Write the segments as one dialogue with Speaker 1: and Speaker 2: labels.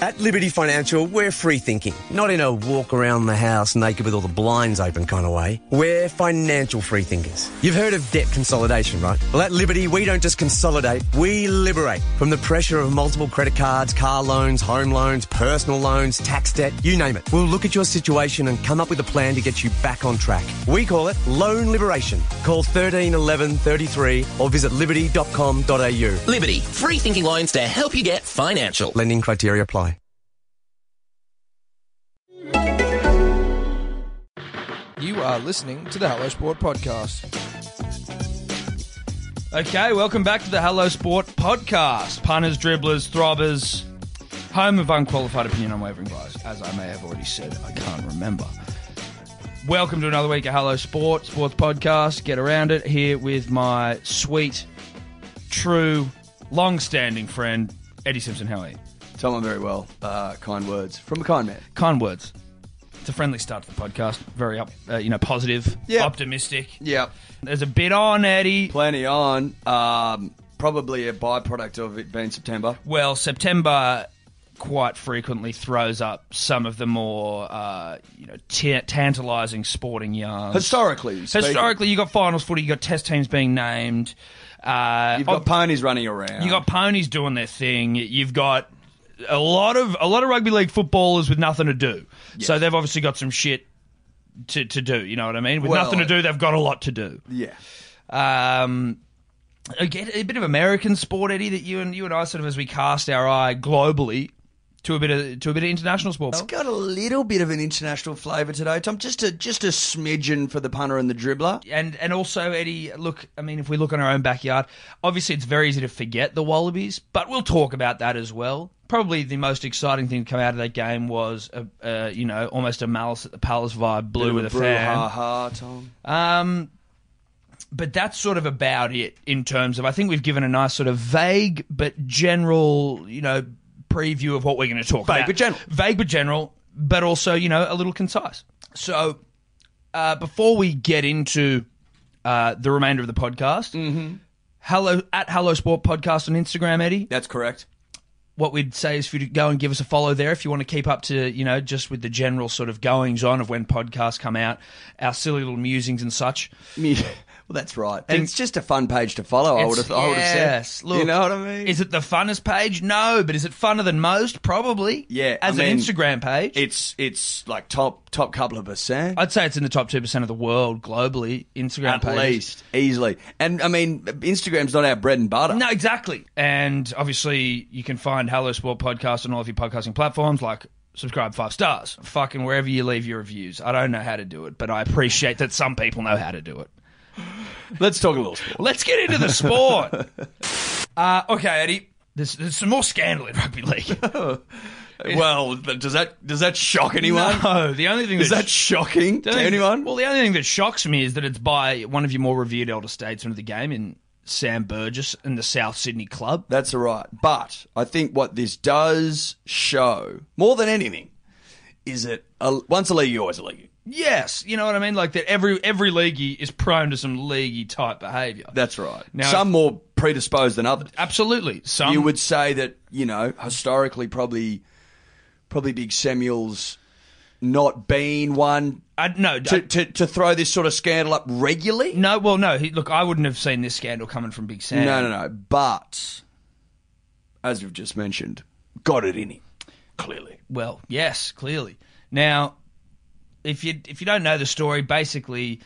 Speaker 1: At Liberty Financial, we're free thinking. Not in a walk around the house naked with all the blinds open kind of way. We're financial free thinkers. You've heard of debt consolidation, right? Well, at Liberty, we don't just consolidate, we liberate from the pressure of multiple credit cards, car loans, home loans, personal loans, tax debt, you name it. We'll look at your situation and come up with a plan to get you back on track. We call it loan liberation. Call 13 11 33 or visit liberty.com.au.
Speaker 2: Liberty, free thinking lines to help you get financial.
Speaker 1: Lending criteria apply.
Speaker 3: You are listening to the Hello Sport podcast.
Speaker 4: Okay, welcome back to the Hello Sport podcast. Punters, dribblers, throbbers, home of unqualified opinion on wavering bias. As I may have already said, I can't remember. Welcome to another week of Hello Sport, sports podcast. Get around it here with my sweet, true, long-standing friend Eddie Simpson. How are you?
Speaker 5: Tell him very well. Uh, kind words from a kind man.
Speaker 4: Kind words. It's a friendly start to the podcast. Very up, uh, you know, positive,
Speaker 5: Yeah.
Speaker 4: optimistic.
Speaker 5: Yep.
Speaker 4: There's a bit on Eddie.
Speaker 5: Plenty on. Um, probably a byproduct of it being September.
Speaker 4: Well, September quite frequently throws up some of the more uh, you know t- tantalising sporting yarns.
Speaker 5: Historically. speaking,
Speaker 4: Historically, you got finals footy, you got test teams being named. Uh,
Speaker 5: You've got
Speaker 4: ob-
Speaker 5: ponies running around.
Speaker 4: you got ponies doing their thing. You've got a lot of a lot of rugby league footballers with nothing to do. So they've obviously got some shit to, to do. You know what I mean? With
Speaker 5: Well,
Speaker 4: nothing to do, they've got a lot to do.
Speaker 5: Yeah.
Speaker 4: Um, again, a bit of American sport, Eddie, that you and you and I sort of, as we cast our eye globally to a bit of to a bit of international sport.
Speaker 5: It's got a little bit of an international flavour today, Tom. Just a just a smidgen for the punter and the dribbler.
Speaker 4: And and also, Eddie, look, I mean, if we look on our own backyard, obviously it's very easy to forget the Wallabies, but we'll talk about that as well. Probably the most exciting thing to come out of that game was, a, uh, you know, almost a malice at the palace vibe, blue with a
Speaker 5: Ha
Speaker 4: fan.
Speaker 5: ha, Tom.
Speaker 4: Um, but that's sort of about it in terms of. I think we've given a nice sort of vague but general, you know, preview of what we're going to talk
Speaker 5: Vague
Speaker 4: about.
Speaker 5: but general.
Speaker 4: Vague but general, but also you know a little concise. So uh, before we get into uh, the remainder of the podcast,
Speaker 5: Mm-hmm.
Speaker 4: hello at Hello Sport Podcast on Instagram, Eddie.
Speaker 5: That's correct.
Speaker 4: What we'd say is for you to go and give us a follow there if you want to keep up to you know just with the general sort of goings on of when podcasts come out, our silly little musings and such.
Speaker 5: Me- well, that's right. And it's just a fun page to follow. I would have. I would have said.
Speaker 4: Yes, look,
Speaker 5: you know what I mean?
Speaker 4: Is it the funnest page? No, but is it funner than most? Probably.
Speaker 5: Yeah,
Speaker 4: As
Speaker 5: I
Speaker 4: an
Speaker 5: mean,
Speaker 4: Instagram page,
Speaker 5: it's it's like top top couple of percent.
Speaker 4: I'd say it's in the top two percent of the world globally. Instagram
Speaker 5: at
Speaker 4: pages.
Speaker 5: least easily. And I mean, Instagram's not our bread and butter.
Speaker 4: No, exactly. And obviously, you can find Hello Sport Podcast on all of your podcasting platforms, like subscribe five stars, fucking wherever you leave your reviews. I don't know how to do it, but I appreciate that some people know how to do it.
Speaker 5: Let's talk a little sport.
Speaker 4: Let's get into the sport. uh, okay, Eddie. There's, there's some more scandal in rugby league.
Speaker 5: Well, but does that does that shock anyone?
Speaker 4: No, the only thing
Speaker 5: Is that
Speaker 4: sh-
Speaker 5: shocking
Speaker 4: The
Speaker 5: to
Speaker 4: only-
Speaker 5: anyone?
Speaker 4: Well, the only thing that shocks me is that it's by one of your more revered elder statesmen of the game in Sam Burgess and the South Sydney Club.
Speaker 5: That's all right. But I think what this does show, more than anything, is that a, once a league, you always a league.
Speaker 4: Yes, you know what I mean. Like that, every every leaguey is prone to some leaguey type behaviour.
Speaker 5: That's right.
Speaker 4: Now-
Speaker 5: Some more predisposed than others.
Speaker 4: absolutely. Some
Speaker 5: you would say that you know historically, probably, probably Big Samuel's not been one
Speaker 4: I, no
Speaker 5: to,
Speaker 4: I-
Speaker 5: to, to throw this sort of scandal up regularly.
Speaker 4: no. Well, no. He, look, I wouldn't have seen this scandal coming from Big Sam.
Speaker 5: No, no, no. But as we've just mentioned, got it in him. Clearly.
Speaker 4: Well, yes, clearly. Now, if you if you don't know the story, basically,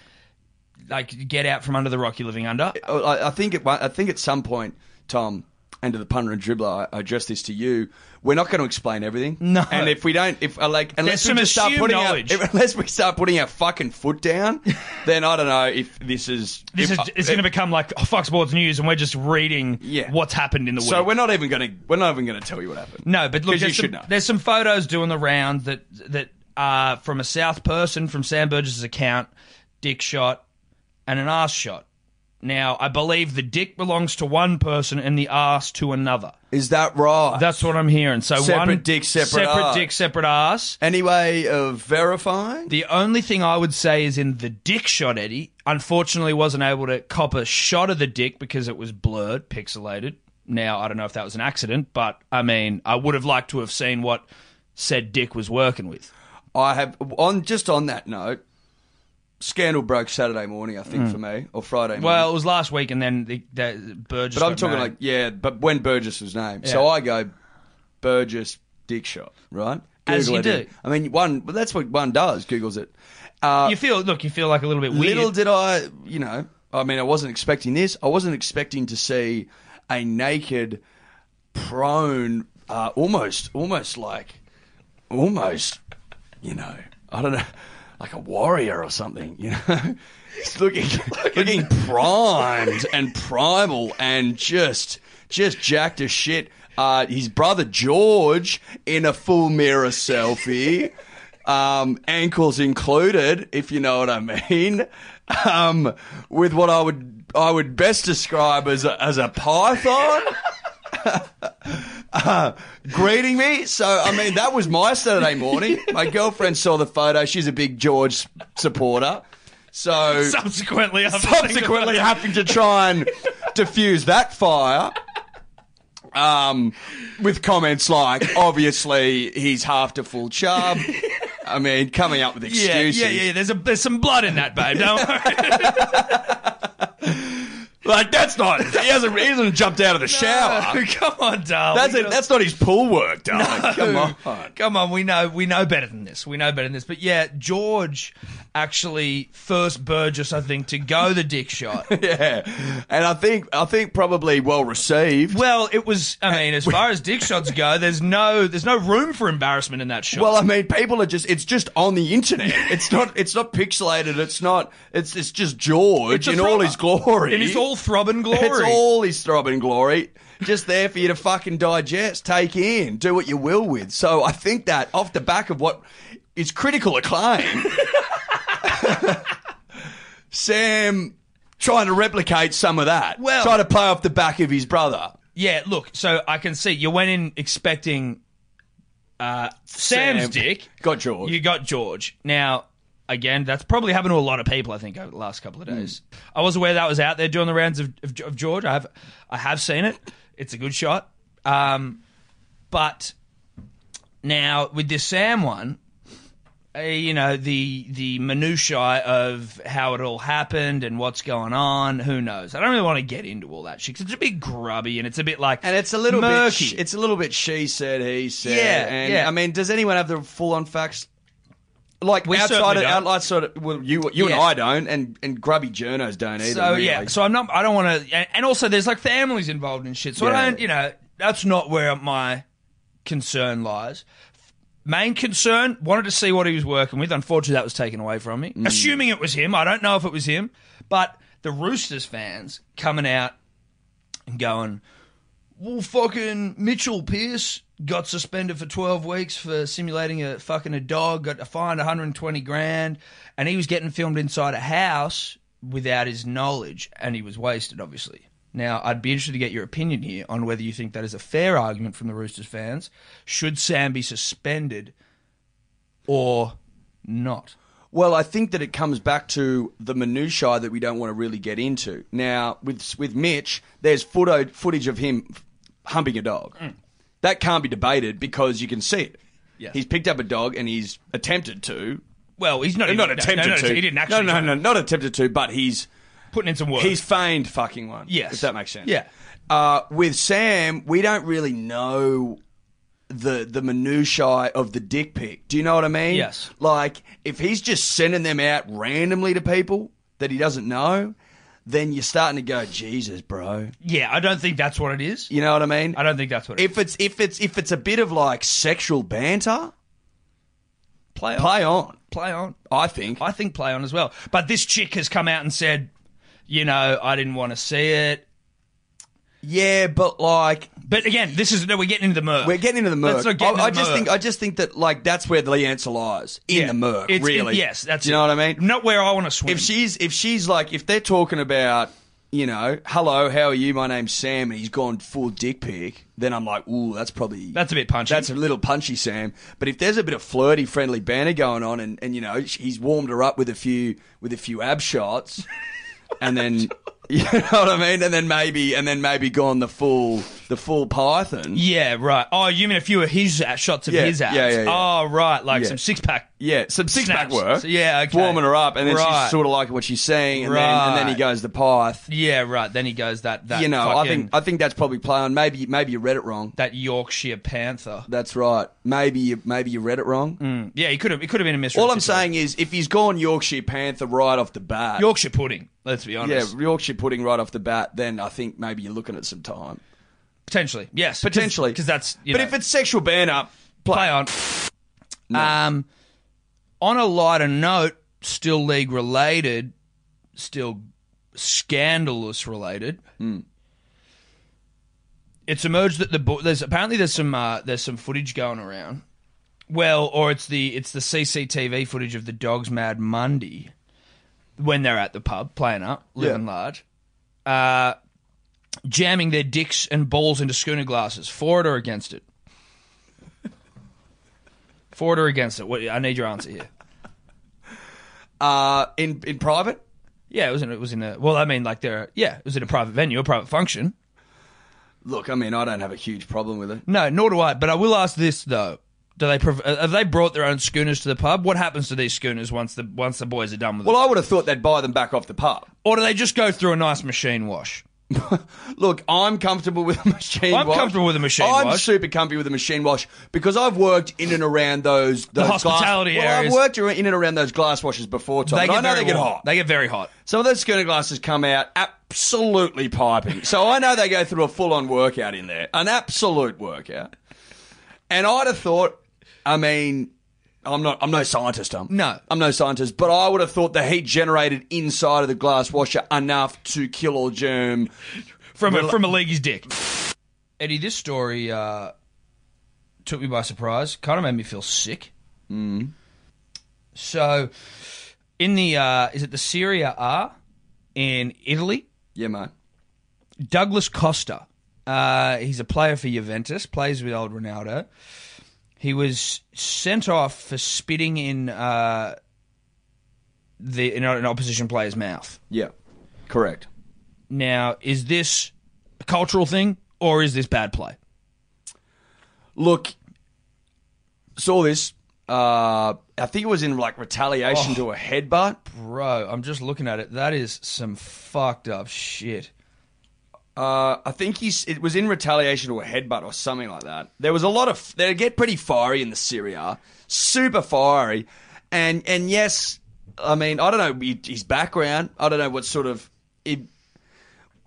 Speaker 4: like get out from under the rock you're living under.
Speaker 5: Oh, I, I think at one- I think at some point, Tom, and to the punter and dribbler, I, I address this to you. We're not going to explain everything.
Speaker 4: No.
Speaker 5: And if we don't, if uh, like, unless
Speaker 4: some
Speaker 5: we just start
Speaker 4: assumed
Speaker 5: putting
Speaker 4: knowledge.
Speaker 5: our, unless we start putting our fucking foot down, then I don't know if this is
Speaker 4: This
Speaker 5: if
Speaker 4: is
Speaker 5: I-
Speaker 4: it's going to become like Fox Sports News, and we're just reading
Speaker 5: Yeah.
Speaker 4: what's happened in the
Speaker 5: So
Speaker 4: week.
Speaker 5: we're not even going to we're not even going to tell you what happened.
Speaker 4: no, but look,
Speaker 5: 'Cause you
Speaker 4: there's some,
Speaker 5: should know.
Speaker 4: there's some photos doing the round that that are from a South person from Sam Burgess's account, dick shot and an ass shot. Now, I believe the dick belongs to one person and the ass to another.
Speaker 5: Is that right?
Speaker 4: That's what I'm hearing. So
Speaker 5: Separate
Speaker 4: one
Speaker 5: dick, separate
Speaker 4: separate
Speaker 5: arse.
Speaker 4: dick, separate ass.
Speaker 5: Any way of verifying?
Speaker 4: The only thing I would say is in the dick shot, Eddie. Unfortunately, wasn't able to cop a shot of the dick because it was blurred, pixelated. now. I don't know if that was an accident, but I mean, I would have liked to have seen what said Dick was working with.
Speaker 5: I have on just on that note. Scandal broke Saturday morning, I think, for me, or Friday morning.
Speaker 4: Hmm. Well, it was last week, and then the, the Burgess.
Speaker 5: But I'm
Speaker 4: got
Speaker 5: talking
Speaker 4: mad.
Speaker 5: like yeah, but when Burgess was named, so
Speaker 4: Yeah.
Speaker 5: I go Burgess dick shot, right?
Speaker 4: As you
Speaker 5: it in.
Speaker 4: do.
Speaker 5: I mean, one, but that's what one does. Google's it. Uh,
Speaker 4: you feel. Look, you feel like a little bit weird.
Speaker 5: little did I, you know, I mean, I wasn't expecting this. I wasn't expecting to see a naked, prone, uh, almost, almost like, almost, you know, I don't know, like a warrior or something, you know. It's looking, looking primed and primal and just, just jacked to shit. Uh, his brother George in a full mirror selfie um, ankles included, if you know what I mean, um, with what I would I would best describe as a, as a python. Uh, greeting me, so I mean that was my Saturday morning. My girlfriend saw the photo; she's a big George supporter, so
Speaker 4: subsequently, I've
Speaker 5: subsequently having to try and diffuse that fire. Um, with comments like, obviously he's half to full chub. I mean, coming up with
Speaker 4: Yeah,
Speaker 5: excuses.
Speaker 4: yeah, yeah. There's a there's some blood in that, babe. Don't worry.
Speaker 5: Like that's not. He hasn't. He hasn't jumped out of the shower.
Speaker 4: Come on, darling.
Speaker 5: That's it. That's not his pool work, darling. Come on.
Speaker 4: Come on, we know we know better than this. We know better than this. But yeah, George actually first Burgess, I think, to go the dick shot.
Speaker 5: Yeah, and I think I think probably well received.
Speaker 4: Well, it was. I mean, as far as dick shots go, there's no there's no room for embarrassment in that shot.
Speaker 5: Well, uh, I mean, people are just. It's just on the internet. It's not. It's not pixelated. It's not. It's. It's just
Speaker 4: It's
Speaker 5: George
Speaker 4: a
Speaker 5: in all
Speaker 4: thriller.
Speaker 5: his glory.
Speaker 4: and it's all throbbing glory.
Speaker 5: It's all his throbbing glory, just there for you to fucking digest, take in, do what you will with. So I think that off the back of what is critical acclaim, Sam trying to replicate some of that,
Speaker 4: Well-
Speaker 5: trying to play off the back of his brother.
Speaker 4: Yeah, look. So I can see you went in expecting uh, Sam's
Speaker 5: Sam.
Speaker 4: dick.
Speaker 5: Got George.
Speaker 4: You got George. Now, again, that's probably happened to a lot of people. I think over the last couple of days,
Speaker 5: Hmm.
Speaker 4: I was aware that was out there doing the rounds of, of, of George. I have, I have seen it. It's a good shot. Um, but now with this Sam one, uh, you know the the minutiae of how it all happened and what's going on. Who knows? I don't really want to get into all that shit 'cause it's a bit grubby and it's a bit like
Speaker 5: and it's a little
Speaker 4: murky.
Speaker 5: bit. It's a little bit. She said, he said.
Speaker 4: Yeah,
Speaker 5: and,
Speaker 4: yeah.
Speaker 5: I mean, does anyone have the full on facts? Like
Speaker 4: We
Speaker 5: outside
Speaker 4: certainly
Speaker 5: of
Speaker 4: don't.
Speaker 5: outside of well, you you and
Speaker 4: Yeah.
Speaker 5: I don't, and and grubby journos don't either.
Speaker 4: So yeah,
Speaker 5: really.
Speaker 4: so I'm not. I don't want to. And also, there's like families involved and shit. So
Speaker 5: Yeah.
Speaker 4: I don't. You know, that's not where my concern lies. Main concern wanted to see what he was working with. Unfortunately, that was taken away from me.
Speaker 5: Mm.
Speaker 4: Assuming it was him, I don't know if it was him, but the Roosters fans coming out and going, "Well, fucking Mitchell Pearce got suspended for 12 weeks for simulating a fucking a dog, got a fined 120 grand, and he was getting filmed inside a house without his knowledge, and he was wasted, obviously." Now, I'd be interested to get your opinion here on whether you think that is a fair argument from the Roosters fans. Should Sam be suspended or not?
Speaker 5: Well, I think that it comes back to the minutiae that we don't want to really get into. Now, with with Mitch, there's footo- footage of him humping a dog. That can't be debated because you can see it.
Speaker 4: Mm. Yes.
Speaker 5: He's picked up a dog and he's attempted to.
Speaker 4: Well, he's not.
Speaker 5: Not
Speaker 4: no, no,
Speaker 5: attempted
Speaker 4: no,
Speaker 5: to.
Speaker 4: He didn't actually.
Speaker 5: No, no, no, not attempted to, but he's
Speaker 4: Putting in some work.
Speaker 5: he's feigned fucking one.
Speaker 4: Yes.
Speaker 5: If that makes sense.
Speaker 4: Yeah.
Speaker 5: Uh, with Sam, we don't really know the the minutiae of the dick pic. Do you know what I mean?
Speaker 4: Yes.
Speaker 5: Like if he's just sending them out randomly to people that he doesn't know, then you're starting to go, Jesus, bro.
Speaker 4: yeah, I don't think that's what it is.
Speaker 5: You know what I mean?
Speaker 4: I don't think that's what it is.
Speaker 5: if it's if it's if it's a bit of like sexual banter, play on. play on.
Speaker 4: play on.
Speaker 5: I think.
Speaker 4: I think play on as well. But this chick has come out and said, you know, I didn't want to see it.
Speaker 5: yeah, but like
Speaker 4: But again, this is no, we're getting into the murk.
Speaker 5: We're getting into the murk.
Speaker 4: Let's not get
Speaker 5: I,
Speaker 4: into
Speaker 5: I
Speaker 4: the
Speaker 5: just
Speaker 4: murk.
Speaker 5: think I just think that like that's where the answer lies in
Speaker 4: Yeah.
Speaker 5: the murk.
Speaker 4: It's- it-
Speaker 5: really?
Speaker 4: yes, that's
Speaker 5: Do you know
Speaker 4: it.
Speaker 5: what I mean.
Speaker 4: Not where I want to swim.
Speaker 5: If she's if she's like if they're talking about you know hello how are you my name's Sam and he's gone full dick pic then I'm like ooh that's probably
Speaker 4: That's a bit punchy.
Speaker 5: that's a little punchy Sam but if there's a bit of flirty friendly banter going on and and you know sh- he's warmed her up with a few with a few ab shots and then you know what I mean and then maybe and then maybe gone the full the full Python.
Speaker 4: Yeah, right. Oh, you mean a few of his uh, shots of
Speaker 5: Yeah,
Speaker 4: his abs?
Speaker 5: yeah, yeah, yeah.
Speaker 4: Oh, right, like
Speaker 5: Yeah.
Speaker 4: some six pack.
Speaker 5: Yeah, some six pack
Speaker 4: Snaps.
Speaker 5: work.
Speaker 4: Yeah, okay.
Speaker 5: Warming her up, and then
Speaker 4: Right.
Speaker 5: she's sort of liking what she's saying, and, then, and then he
Speaker 4: Right.
Speaker 5: goes to Pyth.
Speaker 4: Yeah, right. Then he goes that that
Speaker 5: you know, I
Speaker 4: fucking,
Speaker 5: think I think that's probably planned. Maybe maybe you read it wrong.
Speaker 4: that Yorkshire Panther.
Speaker 5: That's right. Maybe you, maybe you read it wrong.
Speaker 4: Mm. Yeah, he could have. It could have been a mystery.
Speaker 5: All I'm saying is, if he's gone Yorkshire Panther right off the bat,
Speaker 4: Yorkshire pudding. Let's be
Speaker 5: yeah,
Speaker 4: honest.
Speaker 5: Yorkshire pudding right off the bat, then I think maybe you're looking at some time
Speaker 4: Potentially, yes.
Speaker 5: potentially.
Speaker 4: because that's. You
Speaker 5: but
Speaker 4: know,
Speaker 5: if it's sexual ban up,
Speaker 4: play on. Um, on a lighter note, still league related, still scandalous related. It's emerged that the bo- there's apparently there's some uh, there's some footage going around. Well, or it's the it's the CCTV footage of the dogs Mad Monday when they're at the pub playing up, living large, uh, jamming their dicks and balls into schooner glasses, for it or against it. For it or against it? What, I need your answer here.
Speaker 5: uh, in in private,
Speaker 4: Yeah, it was in it was in a well, I mean like there yeah, it was in a private venue, a private function.
Speaker 5: look, I mean, I don't have a huge problem with it.
Speaker 4: No, nor do I. But I will ask this though: Do they prov- uh, have they brought their own schooners to the pub? What happens to these schooners once the once the boys are done with
Speaker 5: Well,
Speaker 4: it?
Speaker 5: I would have thought they'd buy them back off the pub.
Speaker 4: Or do they just go through a nice machine wash?
Speaker 5: Look, I'm comfortable with a machine
Speaker 4: I'm
Speaker 5: wash.
Speaker 4: comfortable with a machine
Speaker 5: I'm
Speaker 4: wash.
Speaker 5: super comfortable with a machine wash because I've worked in and around those, those glass-
Speaker 4: hospitality
Speaker 5: well,
Speaker 4: areas.
Speaker 5: I've worked ar- in and around those glass washes before, Tom. and I know
Speaker 4: very
Speaker 5: they get
Speaker 4: warm.
Speaker 5: hot.
Speaker 4: They get very hot.
Speaker 5: Some of those schooner glasses come out absolutely piping. So I know they go through a full on workout in there, an absolute workout. And I'd have thought, I mean, I'm not, I'm no scientist, Tom.
Speaker 4: No.
Speaker 5: I'm no scientist, but I would have thought the heat generated inside of the glass washer enough to kill all germ.
Speaker 4: from a, from a leaguey's dick. Eddie, this story uh, took me by surprise. Kind of made me feel sick. Mm. So, in the uh, is it the Serie A in Italy?
Speaker 5: Yeah, mate.
Speaker 4: Douglas Costa. Uh, he's a player for Juventus. Plays with old Ronaldo. He was sent off for spitting in uh, the in an opposition player's mouth.
Speaker 5: Yeah, correct.
Speaker 4: Now, is this a cultural thing or is this bad play?
Speaker 5: Look, saw this. Uh, I think it was in like retaliation to a headbutt.
Speaker 4: Bro, I'm just looking at it. That is some fucked up shit.
Speaker 5: Uh, I think he's. It was in retaliation to a headbutt or something like that. There was a lot of. They get pretty fiery in the Syria, super fiery, and and yes, I mean I don't know his background. I don't know what sort of. It,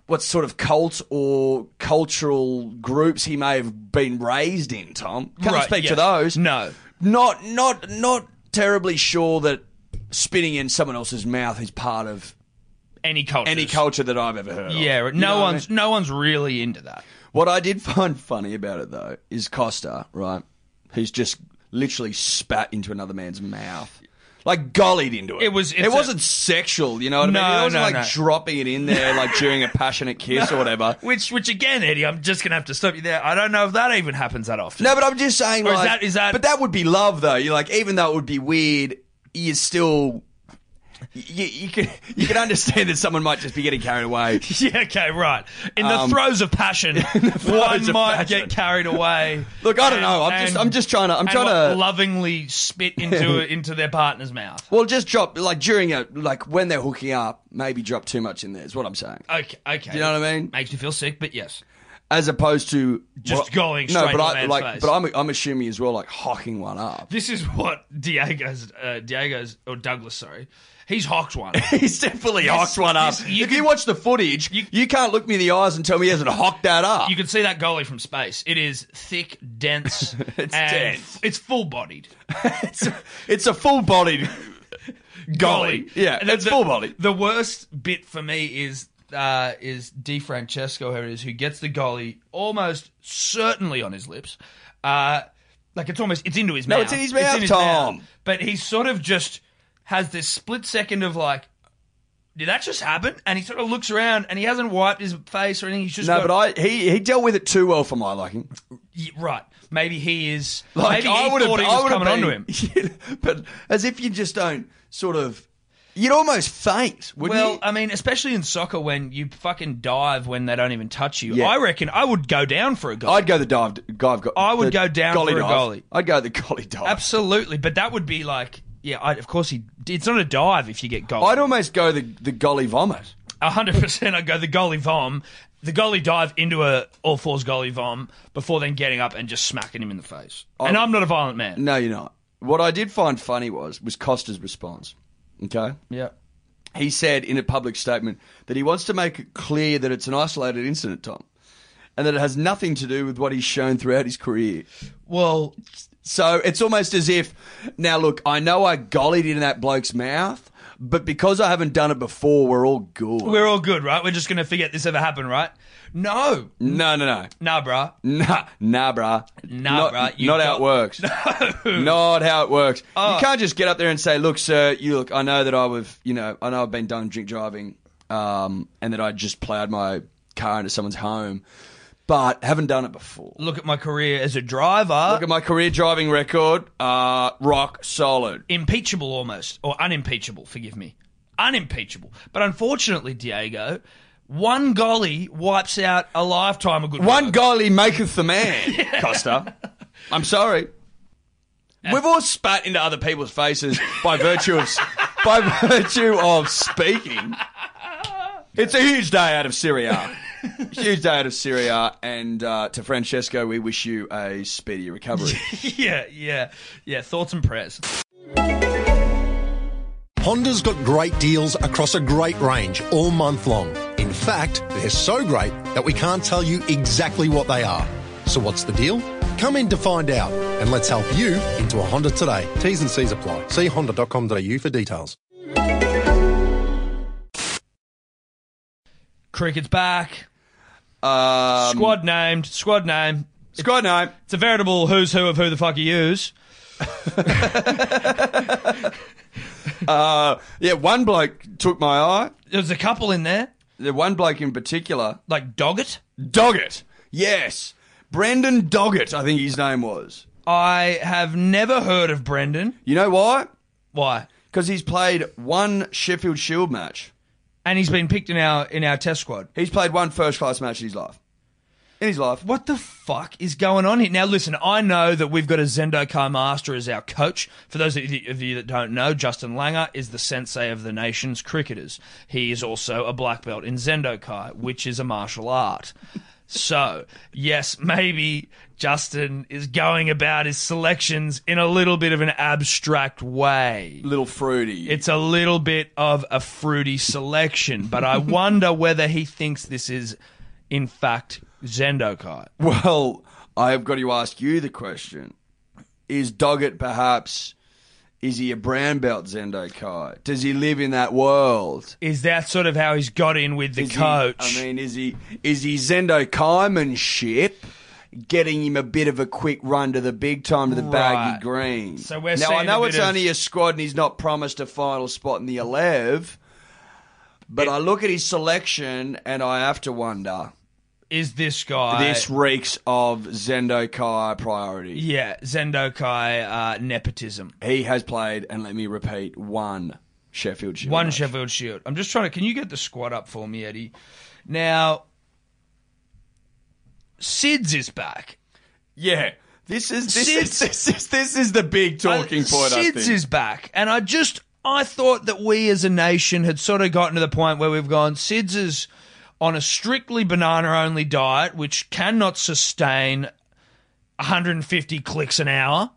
Speaker 5: what sort of cult or cultural groups he may have been raised in, Tom. Can't
Speaker 4: Right,
Speaker 5: speak
Speaker 4: yes.
Speaker 5: to those.
Speaker 4: No.
Speaker 5: Not not not terribly sure that spitting in someone else's mouth is part of
Speaker 4: Any culture.
Speaker 5: any culture that I've ever heard of.
Speaker 4: Yeah,
Speaker 5: You
Speaker 4: no
Speaker 5: know what I mean?
Speaker 4: one's no one's really into that.
Speaker 5: What I did find funny about it though is Costa, right? Who's just literally spat into another man's mouth. Like gollied into it.
Speaker 4: It was-
Speaker 5: It
Speaker 4: it's a-
Speaker 5: wasn't sexual, you know what
Speaker 4: No,
Speaker 5: I mean? It wasn't
Speaker 4: no,
Speaker 5: like
Speaker 4: no.
Speaker 5: dropping it in there like during a passionate kiss or whatever.
Speaker 4: Which which again, Eddie, I'm just gonna have to stop you there. I don't know if that even happens that often.
Speaker 5: No, but I'm just saying
Speaker 4: Or is
Speaker 5: like
Speaker 4: that- is that-
Speaker 5: But that would be love though. You like even though it would be weird, you still you, you can you can understand that someone might just be getting carried away.
Speaker 4: Yeah, okay, right. In the
Speaker 5: Um,
Speaker 4: throes of passion,
Speaker 5: throes
Speaker 4: one
Speaker 5: of
Speaker 4: might
Speaker 5: passion.
Speaker 4: get carried away.
Speaker 5: Look, I don't
Speaker 4: and-
Speaker 5: know. I'm just
Speaker 4: and-
Speaker 5: I'm just trying to I'm
Speaker 4: and
Speaker 5: trying to
Speaker 4: lovingly spit into into their partner's mouth.
Speaker 5: Well, just drop like during a like when they're hooking up, maybe drop too much in there. Is what I'm saying.
Speaker 4: Okay, okay. Do
Speaker 5: you know what I mean?
Speaker 4: Makes me feel sick, but yes.
Speaker 5: As opposed to
Speaker 4: Just
Speaker 5: well,
Speaker 4: going
Speaker 5: No,
Speaker 4: straight
Speaker 5: but
Speaker 4: in
Speaker 5: I
Speaker 4: the man's
Speaker 5: like,
Speaker 4: face.
Speaker 5: but I'm I'm assuming as well like hocking one up.
Speaker 4: This is what Diego's uh, Diego's or Douglas, sorry, he's hawked one.
Speaker 5: He's definitely
Speaker 4: Yes,
Speaker 5: hocked one up.
Speaker 4: yes, you
Speaker 5: if
Speaker 4: could-
Speaker 5: you watch the footage, you,
Speaker 4: you-
Speaker 5: can't look me in the eyes and tell me he hasn't hocked that up.
Speaker 4: You can see that goalie from space. It is thick, dense.
Speaker 5: It's
Speaker 4: and
Speaker 5: dense.
Speaker 4: It's full bodied.
Speaker 5: it's, a, it's a full bodied goalie. Yeah,
Speaker 4: the-
Speaker 5: it's
Speaker 4: the-
Speaker 5: full body.
Speaker 4: The worst bit for me is uh, is Di Francesco, who it is, who gets the goalie almost certainly on his lips. Uh, like it's almost it's into his
Speaker 5: No,
Speaker 4: mouth.
Speaker 5: it's in his mouth, Tom.
Speaker 4: But he sort of just has this split second of like. Did that just happen? And he sort of looks around, and he hasn't wiped his face or anything. He's just
Speaker 5: No,
Speaker 4: got-
Speaker 5: but I he he dealt with it too well for my liking.
Speaker 4: Ye- right. Maybe he is.
Speaker 5: Like
Speaker 4: maybe he
Speaker 5: I would have,
Speaker 4: thought he
Speaker 5: I
Speaker 4: was
Speaker 5: would have
Speaker 4: coming onto
Speaker 5: been,
Speaker 4: him.
Speaker 5: him. but as if you just don't sort of You'd almost faint, wouldn't
Speaker 4: well,
Speaker 5: you?
Speaker 4: I mean, especially in soccer when you fucking dive when they don't even touch you.
Speaker 5: Yeah.
Speaker 4: I reckon I would go down for a goal.
Speaker 5: I'd go the dive. dive go,
Speaker 4: I would
Speaker 5: the
Speaker 4: go down
Speaker 5: golly
Speaker 4: for a
Speaker 5: dive.
Speaker 4: goalie.
Speaker 5: I'd go the golly dive.
Speaker 4: Absolutely, but that would be like, yeah, I, of course he. It's not a dive if you get goal.
Speaker 5: I'd almost go the the golly vomit.
Speaker 4: hundred percent. I go the goalie vom, the goalie dive into a all fours goalie vom before then getting up and just smacking him in the face. and I'm not a violent man.
Speaker 5: No, you're not. What I did find funny was was Costa's response. Okay.
Speaker 4: Yeah.
Speaker 5: He said in a public statement that he wants to make it clear that it's an isolated incident, Tom, and that it has nothing to do with what he's shown throughout his career.
Speaker 4: Well,
Speaker 5: So it's almost as if, now look, I know I gollied into that bloke's mouth, but because I haven't done it before, we're all good.
Speaker 4: we're all good, right? We're just gonna forget this ever happened, right? No,
Speaker 5: no, no, no.
Speaker 4: nah, bruh.
Speaker 5: Nah, nah, bruh.
Speaker 4: Nah,
Speaker 5: not,
Speaker 4: bruh, you
Speaker 5: Not how it
Speaker 4: got- Oh.
Speaker 5: works. Not how it works. You can't just get up there and say, "Look, sir, you look. I know that I was, you know, I know I've been done drink driving, um, and that I just ploughed my car into someone's home, but haven't done it before.
Speaker 4: Look at my career as a driver.
Speaker 5: Look at my career driving record. Uh, rock solid.
Speaker 4: impeachable almost, or unimpeachable, forgive me. Unimpeachable. But unfortunately, Diego, one goalie wipes out a lifetime of good
Speaker 5: One
Speaker 4: work.
Speaker 5: goalie maketh the man, Costa. I'm sorry. We've all spat into other people's faces by virtue of by virtue of speaking. It's a huge day out of Syria. huge day out of Syria, and uh, to Francesco, we wish you a speedy recovery.
Speaker 4: yeah, yeah, yeah. Thoughts and prayers.
Speaker 6: Honda's got great deals across a great range all month long. In fact, they're so great that we can't tell you exactly what they are. So what's the deal? Come in to find out and let's help you into a Honda today. T's and C's apply. See honda.com.au for details.
Speaker 4: Cricket's back.
Speaker 5: Um,
Speaker 4: Squad named. Squad name.
Speaker 5: squad name.
Speaker 4: It's a veritable who's who of who the fuck you use.
Speaker 5: Uh, yeah, one bloke took my eye.
Speaker 4: There's a couple in there,
Speaker 5: The one bloke in particular,
Speaker 4: like Doggett.
Speaker 5: Doggett. Yes, Brendan Doggett. I think his name was.
Speaker 4: I have never heard of Brendan.
Speaker 5: You know why?
Speaker 4: Why?
Speaker 5: Because he's played one Sheffield Shield match.
Speaker 4: And he's been picked in our in our test squad.
Speaker 5: He's played one first class match in his life. In his life.
Speaker 4: What the fuck is going on here? Now, listen, I know that we've got a Zendo Master as our coach. For those of you of you that don't know, Justin Langer is the sensei of the nation's cricketers. He is also a black belt in Zendo Kai, which is a martial art. So, yes, maybe Justin is going about his selections in a little bit of an abstract way.
Speaker 5: Little fruity.
Speaker 4: It's a little bit of a fruity selection, but I wonder whether he thinks this is, in fact, Zendokai.
Speaker 5: well, I've got to ask you the question. Is Doggett perhaps is he a brown belt Zendo Kai? Does he live in that world?
Speaker 4: Is that sort of how he's got in with the
Speaker 5: Is he-
Speaker 4: coach?
Speaker 5: I mean, is he is he Zendo Kaimanship getting him a bit of a quick run to the big time to the
Speaker 4: Right.
Speaker 5: baggy green?
Speaker 4: So we're
Speaker 5: now I
Speaker 4: seeing
Speaker 5: know
Speaker 4: a
Speaker 5: it's
Speaker 4: bit of-
Speaker 5: only a squad and he's not promised a final spot in the elev, but I look at his selection and I have to wonder.
Speaker 4: is this guy
Speaker 5: This reeks of Zendo Kai priority.
Speaker 4: Yeah, Zendokai uh, nepotism.
Speaker 5: He has played, and let me repeat, one Sheffield Shield.
Speaker 4: One
Speaker 5: match.
Speaker 4: Sheffield Shield. I'm just trying to. Can you get the squad up for me, Eddie? Now, Sids is back.
Speaker 5: Yeah. This is this
Speaker 4: Sid-
Speaker 5: is this is this is the big talking
Speaker 4: Uh,
Speaker 5: point. I
Speaker 4: Sids
Speaker 5: think.
Speaker 4: is back, and I just I thought that we as a nation had sort of gotten to the point where we've gone. Sids is on a strictly banana only diet, which cannot sustain 150 clicks an hour.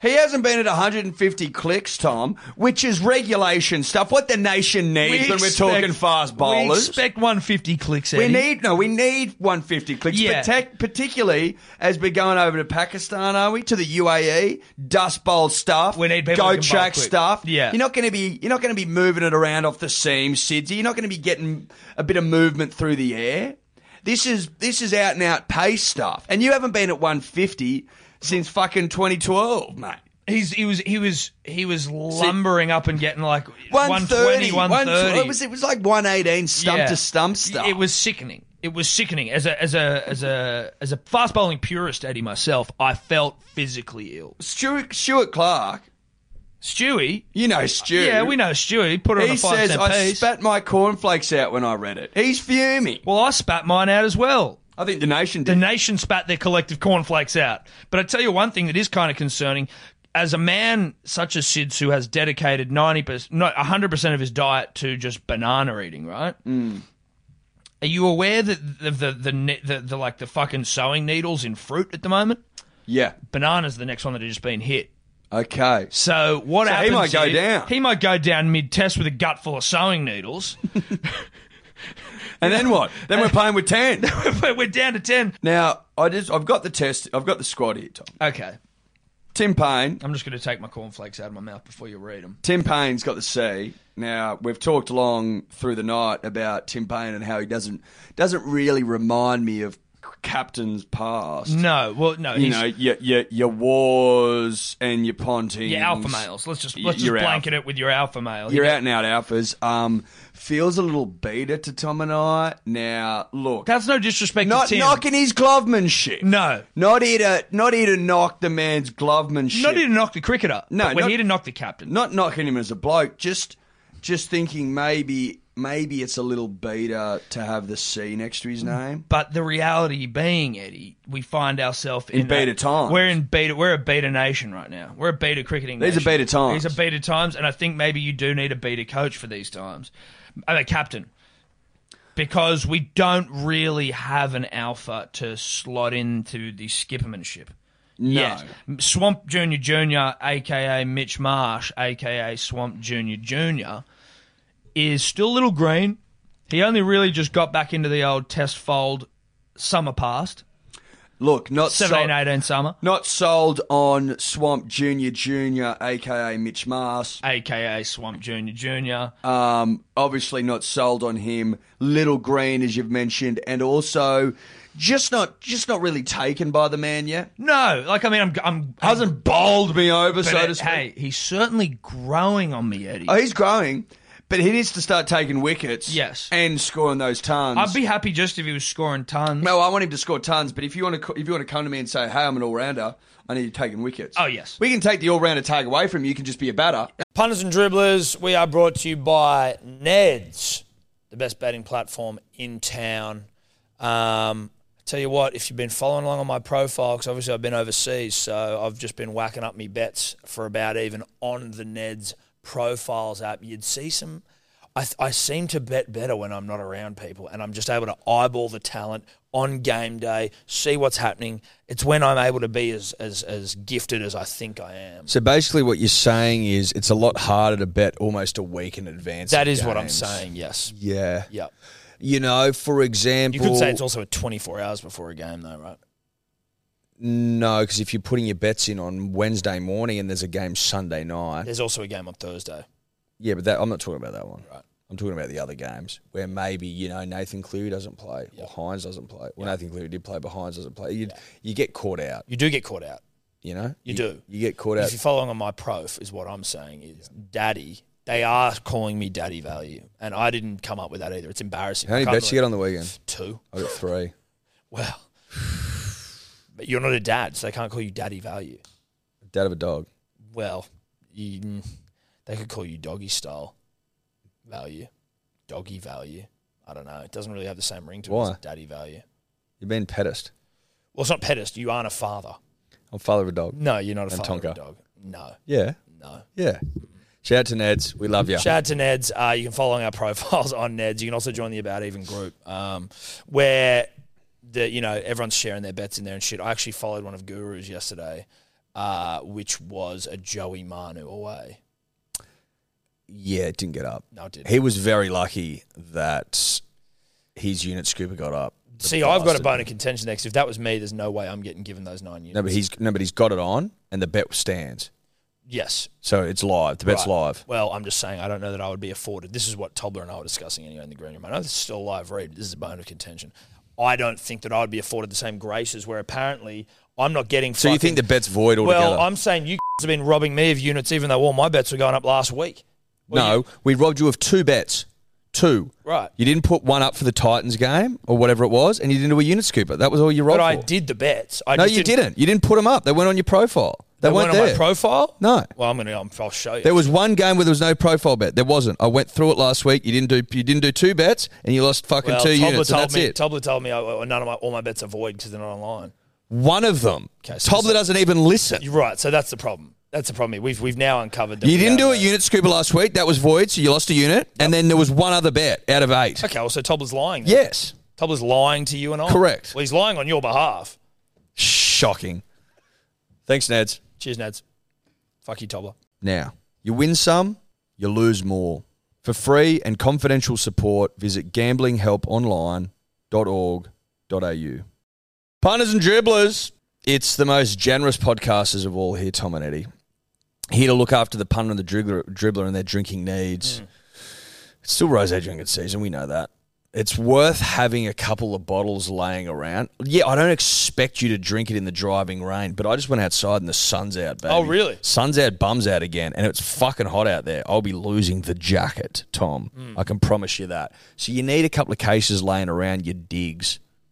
Speaker 5: He hasn't been at 150 clicks, Tom, which is regulation stuff. What the nation needs when we're talking fast
Speaker 4: We
Speaker 5: bowlers.
Speaker 4: expect 150 clicks.
Speaker 5: We
Speaker 4: Eddie.
Speaker 5: need no, we need 150 clicks,
Speaker 4: Yeah.
Speaker 5: partic- particularly as we're going over to Pakistan, are we? To the UAE, dust bowl stuff,
Speaker 4: We need people
Speaker 5: go
Speaker 4: that can bowl
Speaker 5: track
Speaker 4: quick.
Speaker 5: stuff.
Speaker 4: Yeah.
Speaker 5: you're not going to be you're not going to be moving it around off the seam, Sidsy. You're not going to be getting a bit of movement through the air. This is this is out and out pace stuff, and you haven't been at 150 since fucking 2012, mate.
Speaker 4: He's he was he was he was lumbering up and getting like 120,
Speaker 5: 130,
Speaker 4: 130.
Speaker 5: It was, it was like 118 stump
Speaker 4: Yeah.
Speaker 5: to stump stuff.
Speaker 4: It was sickening. It was sickening. As a as a as a as a fast bowling purist, Eddie myself, I felt physically ill.
Speaker 5: Stuart, Stuart Clark
Speaker 4: Stewie.
Speaker 5: You know, Stu.
Speaker 4: Yeah, we know Stewie. Put it on
Speaker 5: He
Speaker 4: a five
Speaker 5: says
Speaker 4: cent
Speaker 5: I
Speaker 4: piece.
Speaker 5: spat my cornflakes out when I read it. He's fuming.
Speaker 4: well, I spat mine out as well.
Speaker 5: I think the nation
Speaker 4: The
Speaker 5: did.
Speaker 4: nation spat their collective cornflakes out. But I tell you one thing that is kind of concerning. As a man such as Sids, who has dedicated 90%, no, 100% of his diet to just banana eating, right?
Speaker 5: Hmm.
Speaker 4: Are you aware that the, the, the, ne- the, the, like the fucking sewing needles in fruit at the moment?
Speaker 5: yeah.
Speaker 4: Banana's the next one that has just been hit.
Speaker 5: Okay.
Speaker 4: So what
Speaker 5: So he
Speaker 4: happens?
Speaker 5: might go
Speaker 4: is-
Speaker 5: down.
Speaker 4: He might go down mid-test with a gut full of sewing needles.
Speaker 5: And then what? Then we're playing with ten.
Speaker 4: But We're down to ten.
Speaker 5: now I just I've got the test. I've got the squad here, Tom.
Speaker 4: Okay,
Speaker 5: Tim Payne.
Speaker 4: I'm just going to take my cornflakes out of my mouth before you read them.
Speaker 5: Tim Payne's got the C. Now we've talked along through the night about Tim Payne and how he doesn't doesn't really remind me of captains past.
Speaker 4: No, well, no,
Speaker 5: You
Speaker 4: he's,
Speaker 5: know, your, your your wars and your pontins.
Speaker 4: your alpha males. Let's just let's just
Speaker 5: Your
Speaker 4: blanket
Speaker 5: alpha.
Speaker 4: it with your alpha male.
Speaker 5: You're
Speaker 4: He-
Speaker 5: out and out alphas. Um, feels a little beta to Tom and I. Now look,
Speaker 4: That's no disrespect
Speaker 5: not
Speaker 4: to Tim.
Speaker 5: knocking his glovemanship.
Speaker 4: No.
Speaker 5: not here to not here to knock the man's glovemanship.
Speaker 4: Not here to knock the cricketer.
Speaker 5: No,
Speaker 4: but we're
Speaker 5: not-
Speaker 4: here to knock the captain.
Speaker 5: not knocking him as a bloke, just just thinking maybe maybe it's a little beta to have the C next to his
Speaker 4: Mm.
Speaker 5: name.
Speaker 4: But the reality being, Eddie, we find ourselves in,
Speaker 5: In beta
Speaker 4: that-
Speaker 5: times.
Speaker 4: We're in beta. We're a beta nation right now. We're a beta cricketing.
Speaker 5: These are
Speaker 4: nation.
Speaker 5: beta times.
Speaker 4: These are beta times, and I think maybe you do need a beta coach for these times, I mean, captain, because we don't really have an alpha to slot into the skippermanship.
Speaker 5: No.
Speaker 4: Yes. Swamp Junior Junior, aka Mitch Marsh, aka Swamp Junior Junior, is still a little green. He only really just got back into the old test fold summer past,
Speaker 5: Look, not
Speaker 4: 17,
Speaker 5: sol-
Speaker 4: 18 summer,
Speaker 5: not sold on Swamp Junior Junior, aka Mitch Mars.
Speaker 4: aka Swamp Junior Junior.
Speaker 5: Um, obviously not sold on him. Little Green, as you've mentioned, and also just not just not really taken by the man yet.
Speaker 4: no, like I mean, I'm, I'm
Speaker 5: Hasn't bowled me over,
Speaker 4: but
Speaker 5: so
Speaker 4: it-
Speaker 5: to speak.
Speaker 4: hey, he's certainly growing on me, Eddie.
Speaker 5: Oh, he's growing, but he needs to start taking wickets.
Speaker 4: Yes.
Speaker 5: and scoring those tons.
Speaker 4: I'd be happy just if he was scoring tons.
Speaker 5: No, I want him to score tons, but if you want to, if you want to come to me and say, "Hey, I'm an all rounder," I need you taking wickets.
Speaker 4: Oh, yes.
Speaker 5: we can take the all rounder tag away from you. You can just be a batter.
Speaker 7: Punters and dribblers, we are brought to you by Neds, the best betting platform in town. Um, I tell you what, if you've been following along on my profile, because obviously I've been overseas, so I've just been whacking up me bets for about even on the Neds profiles app. You'd see some. I, th- I seem to bet better when I'm not around people, and I'm just able to eyeball the talent on game day, see what's happening. It's when I'm able to be as as, as gifted as I think I am.
Speaker 8: So basically, what you're saying is it's a lot harder to bet almost a week in advance.
Speaker 7: That
Speaker 8: of
Speaker 7: is what I'm
Speaker 8: games.
Speaker 7: saying. Yes.
Speaker 8: Yeah.
Speaker 7: Yeah.
Speaker 8: You know, for
Speaker 7: You
Speaker 8: example,
Speaker 7: could say it's also a 24 hours before a game, though, right?
Speaker 8: no, because if you're putting your bets in on Wednesday morning and there's a game Sunday night,
Speaker 7: There's also a game on Thursday.
Speaker 8: yeah, but that, I'm not talking about that one. Right. I'm talking about the other games where maybe you know Nathan Cleary doesn't play or Hines doesn't play. Well, Nathan Cleary did play, but Hines doesn't play. You you get caught out.
Speaker 7: You do get caught out.
Speaker 8: You know,
Speaker 7: You do.
Speaker 8: You get caught
Speaker 7: If
Speaker 8: out.
Speaker 7: you're following on my prof, is what I'm saying is daddy. They are calling me daddy value, and I didn't come up with that either. It's embarrassing.
Speaker 8: How many
Speaker 7: I can't
Speaker 8: bets you get on the weekend?
Speaker 7: believe- Two.
Speaker 8: I got three.
Speaker 7: Well, but you're not a dad, so they can't call you daddy value.
Speaker 8: Dad of a dog.
Speaker 7: Well, you, mm, they could call you doggy style value, doggy value. I don't know. It doesn't really have the same ring to it
Speaker 8: Why?
Speaker 7: as daddy value.
Speaker 8: You've been pedest.
Speaker 7: Well, it's not pedest. You aren't a father.
Speaker 8: I'm father of a dog.
Speaker 7: No, you're not a
Speaker 8: And
Speaker 7: father of
Speaker 8: Tonka.
Speaker 7: a dog. No,
Speaker 8: Yeah.
Speaker 7: no.
Speaker 8: Yeah. Shout out to Neds. We love you.
Speaker 7: Shout out to Neds. Uh, you can follow our profiles on Neds. You can also join the About Even group, um, where the you know everyone's sharing their bets in there and shit. I actually followed one of Guru's yesterday, uh, which was a Joey Manu away.
Speaker 8: yeah, it didn't get up.
Speaker 7: No, it didn't.
Speaker 8: He was very lucky that his unit scooper got up. The
Speaker 7: See, I've got a
Speaker 8: bastard.
Speaker 7: bone of contention next. If that was me, there's no way I'm getting given those nine units.
Speaker 8: No, but he's no, but he's got it on, and the bet stands.
Speaker 7: yes.
Speaker 8: So it's live. The bet's
Speaker 7: Right.
Speaker 8: live.
Speaker 7: Well, I'm just saying, I don't know that I would be afforded. This is what Tobler and I were discussing anyway in the green room. I know this is still a live read. This is a bone of contention. I don't think that I would be afforded the same graces where apparently I'm not getting.
Speaker 8: So you
Speaker 7: fucking-
Speaker 8: think the bet's void altogether?
Speaker 7: Well, I'm saying you have been robbing me of units, even though all my bets were going up last week.
Speaker 8: no, we robbed you of two bets. Two.
Speaker 7: Right.
Speaker 8: You didn't put one up for the Titans game or whatever it was, and you didn't do a unit scooper. That was all you robbed.
Speaker 7: But I
Speaker 8: for.
Speaker 7: did the bets. I
Speaker 8: No,
Speaker 7: just
Speaker 8: you didn't. You didn't put them up. They weren't on your profile. They,
Speaker 7: They
Speaker 8: weren't
Speaker 7: weren't on
Speaker 8: there.
Speaker 7: my profile.
Speaker 8: No.
Speaker 7: Well, I'm gonna. I'm, I'll show you.
Speaker 8: There was one game where there was no profile bet. There wasn't. I went through it last week. You didn't do. You didn't do two bets, and you lost fucking
Speaker 7: well,
Speaker 8: two
Speaker 7: Tobler
Speaker 8: units. and
Speaker 7: told
Speaker 8: that's
Speaker 7: me.
Speaker 8: it.
Speaker 7: Tobler told me I, I- none of my all my bets are void because they're not online.
Speaker 8: one of them.
Speaker 7: Okay, so-
Speaker 8: Tobler doesn't even listen.
Speaker 7: You're right. So that's the problem. That's the problem. here. We've we've now uncovered. That we
Speaker 8: You didn't
Speaker 7: are
Speaker 8: do a
Speaker 7: the-
Speaker 8: unit scuba last week. That was void, so you lost a unit. And then there was one other bet out of eight.
Speaker 7: Okay. Well, so Tobler's lying. then.
Speaker 8: Yes.
Speaker 7: Tobler's lying to you and I.
Speaker 8: Correct.
Speaker 7: Well, he's lying on your behalf.
Speaker 8: Shocking. Thanks, Neds.
Speaker 7: Cheers, Nads. Fuck you, Tobler.
Speaker 8: Now, you win some, you lose more. For free and confidential support, visit gamblinghelponline.org.au. Punters and dribblers, it's the most generous podcasters of all here, Tom and Eddie. Here to look after the punter and the dribbler, dribbler and their drinking needs.
Speaker 7: Hmm.
Speaker 8: It's still rosé drinking season, we know that. It's worth having a couple of bottles laying around. Yeah, I don't expect you to drink it in the driving rain, but I just went outside and the sun's out, baby.
Speaker 7: Oh, really?
Speaker 8: Sun's out, bums out again, and it's fucking hot out there. I'll be losing the jacket, Tom.
Speaker 7: Hmm.
Speaker 8: I can promise you that. So you need a couple of cases laying around your digs.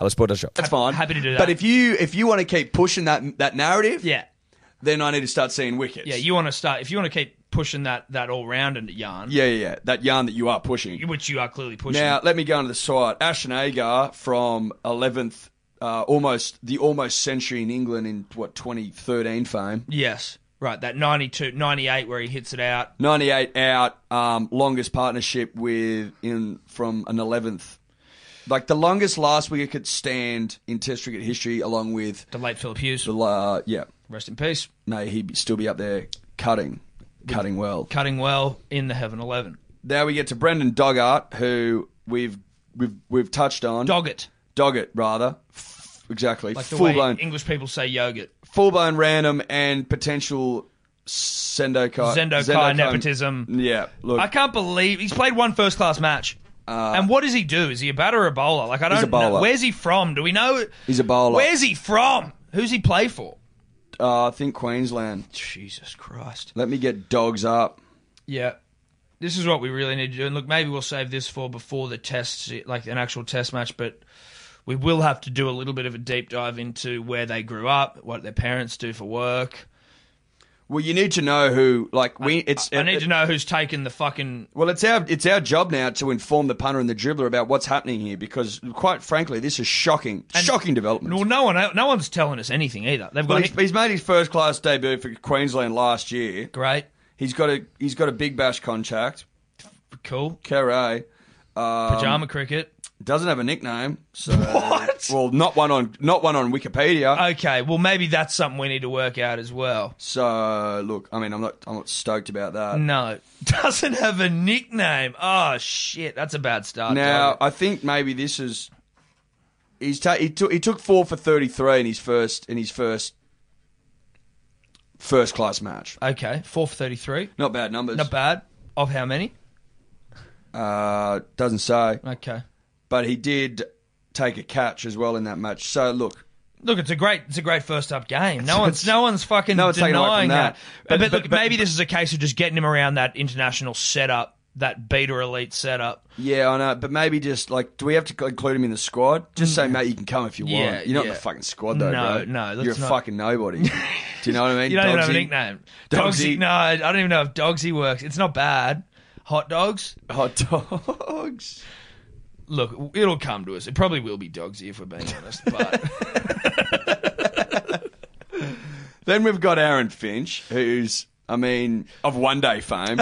Speaker 8: Hellosport.shop.
Speaker 5: That's fine.
Speaker 4: happy to do that.
Speaker 5: But if you if you want to keep pushing that that narrative,
Speaker 4: Yeah.
Speaker 5: then I need to start seeing wickets.
Speaker 4: Yeah, you want to start if you want to keep pushing that that all round and yarn,
Speaker 5: yeah, yeah, yeah. That yarn that you are pushing.
Speaker 4: which you are clearly pushing.
Speaker 5: Now let me go into the site. Ashton Agar from eleventh, uh, almost the almost century in England in what twenty thirteen fame.
Speaker 4: yes, right, that 92, 98 where he hits it out.
Speaker 5: 98 out, um, longest partnership with in from an 11th. Like the longest last wicket could stand in Test cricket history, along with
Speaker 4: The late Philip Hughes,
Speaker 5: the uh, yeah,
Speaker 4: rest in peace,
Speaker 5: no, he'd still be up there cutting, cutting well.
Speaker 4: cutting well in the Heaven Eleven.
Speaker 5: Now we get to Brendan Doggart, who we've we've we've touched on.
Speaker 4: Doggett,
Speaker 5: Doggett rather, F- exactly.
Speaker 4: like the
Speaker 5: full
Speaker 4: way
Speaker 5: blown,
Speaker 4: English people say yogurt.
Speaker 5: full blown random and potential Sendokai.
Speaker 4: Zendokai nepotism.
Speaker 5: Yeah, look,
Speaker 4: I can't believe he's played one first class match. and what does he do? Is he a batter or a bowler? Like I don't
Speaker 5: Uh, a
Speaker 4: know.
Speaker 5: bowler.
Speaker 4: Where's he from? Do we know?
Speaker 5: He's a bowler.
Speaker 4: Where's he from? Who's he play for?
Speaker 5: uh, I think Queensland.
Speaker 4: Jesus Christ.
Speaker 5: Let me get dogs up.
Speaker 4: Yeah. This is what we really need to do. And look, maybe we'll save this for before the test, like an actual test match, but we will have to do a little bit of a deep dive into where they grew up, what their parents do for work.
Speaker 5: Well, you need to know who. Like we, it's.
Speaker 4: I need to know who's taken the fucking.
Speaker 5: Well, it's our it's our job now to inform the punter and the dribbler about what's happening here because, quite frankly, this is shocking, shocking development.
Speaker 4: Well, no one, no one's telling us anything either. They've
Speaker 5: Well,
Speaker 4: got
Speaker 5: he's, he's made his first class debut for Queensland last year.
Speaker 4: great,
Speaker 5: He's got a he's got a big bash contract.
Speaker 4: cool
Speaker 5: Carre
Speaker 4: pajama cricket.
Speaker 5: doesn't have a nickname. So what? Well, not one on not one on Wikipedia.
Speaker 4: Okay, well maybe that's something we need to work out as well.
Speaker 5: so look, I mean, I'm not I'm not stoked about that.
Speaker 4: No, doesn't have a nickname. Oh shit, that's a bad start.
Speaker 5: Now,
Speaker 4: Doug.
Speaker 5: I think maybe this is he's ta- he took he took four for thirty three in his first in his first first class match.
Speaker 4: okay, four for thirty-three.
Speaker 5: Not bad numbers.
Speaker 4: Not bad. Of how many?
Speaker 5: Uh, doesn't say,
Speaker 4: Okay.
Speaker 5: but he did take a catch as well in that match. So look,
Speaker 4: Look, it's a great, it's a great first up game. No one's, no one's fucking
Speaker 5: No one's taken away from
Speaker 4: denying that.
Speaker 5: that.
Speaker 4: But, but
Speaker 5: But- but-
Speaker 4: look,
Speaker 5: but-
Speaker 4: maybe this is a case of just getting him around that international setup, that beta elite setup.
Speaker 5: yeah, I know, but maybe just like, do we have to include him in the squad? Just say, mate, you can come if you
Speaker 4: Mm. Yeah,
Speaker 5: want. You're not in
Speaker 4: yeah.
Speaker 5: the fucking squad though,
Speaker 4: No,
Speaker 5: bro.
Speaker 4: no, let's
Speaker 5: you're a
Speaker 4: not-
Speaker 5: fucking nobody. do you know what I mean?
Speaker 4: You don't even have a
Speaker 5: Dogsy?
Speaker 4: nickname.
Speaker 5: Dogsy.
Speaker 4: Dogsy. No, I don't even know if Dogsy works. It's not bad. Hot dogs.
Speaker 5: Hot dogs.
Speaker 4: Look, it'll come to us. It probably will be Dogsy if we're being honest. But
Speaker 5: Then we've got Aaron Finch, who's, I mean, of one day fame.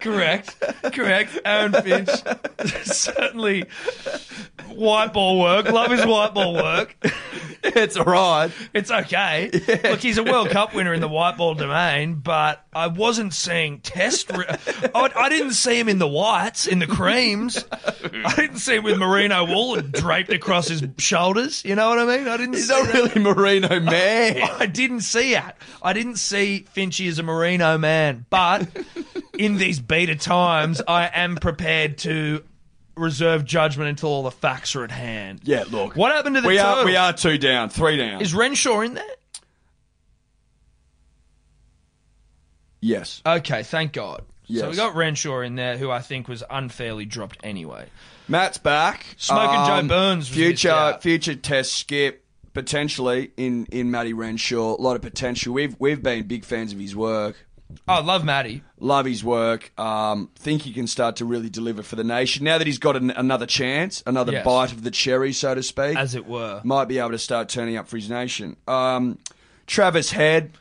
Speaker 4: correct, correct. Aaron Finch certainly white ball work. Love his white ball work.
Speaker 5: it's all right.
Speaker 4: It's okay. Look, he's a World Cup winner in the white ball domain, but I wasn't seeing test. Re- I, I didn't see him in the whites, in the creams. I didn't see him with merino wool draped across his shoulders. You know what I mean? I didn't.
Speaker 5: He's
Speaker 4: see
Speaker 5: not
Speaker 4: that.
Speaker 5: really merino man.
Speaker 4: I didn't see that. I didn't see Finchie as a merino man, but in these beta times, I am prepared to. Reserve judgment until all the facts are at hand.
Speaker 5: Yeah, look.
Speaker 4: What happened to the
Speaker 5: we are
Speaker 4: turtle?
Speaker 5: we are two down, three down.
Speaker 4: Is Renshaw in there?
Speaker 5: yes.
Speaker 4: Okay, thank God. So
Speaker 5: Yes.
Speaker 4: we got Renshaw in there, who I think was unfairly dropped anyway.
Speaker 5: Matt's back. Um,
Speaker 4: Smoking Joe Burns was missed
Speaker 5: Future
Speaker 4: out.
Speaker 5: future test skip potentially in in Matty Renshaw. A lot of potential. We've we've been big fans of his work.
Speaker 4: I Oh, love Matty.
Speaker 5: Love his work. Um, think he can start to really deliver for the nation now that he's got an, another chance, another
Speaker 4: Yes.
Speaker 5: bite of the cherry, so to speak.
Speaker 4: as it were.
Speaker 5: might be able to start turning up for his nation. Um, Travis Head.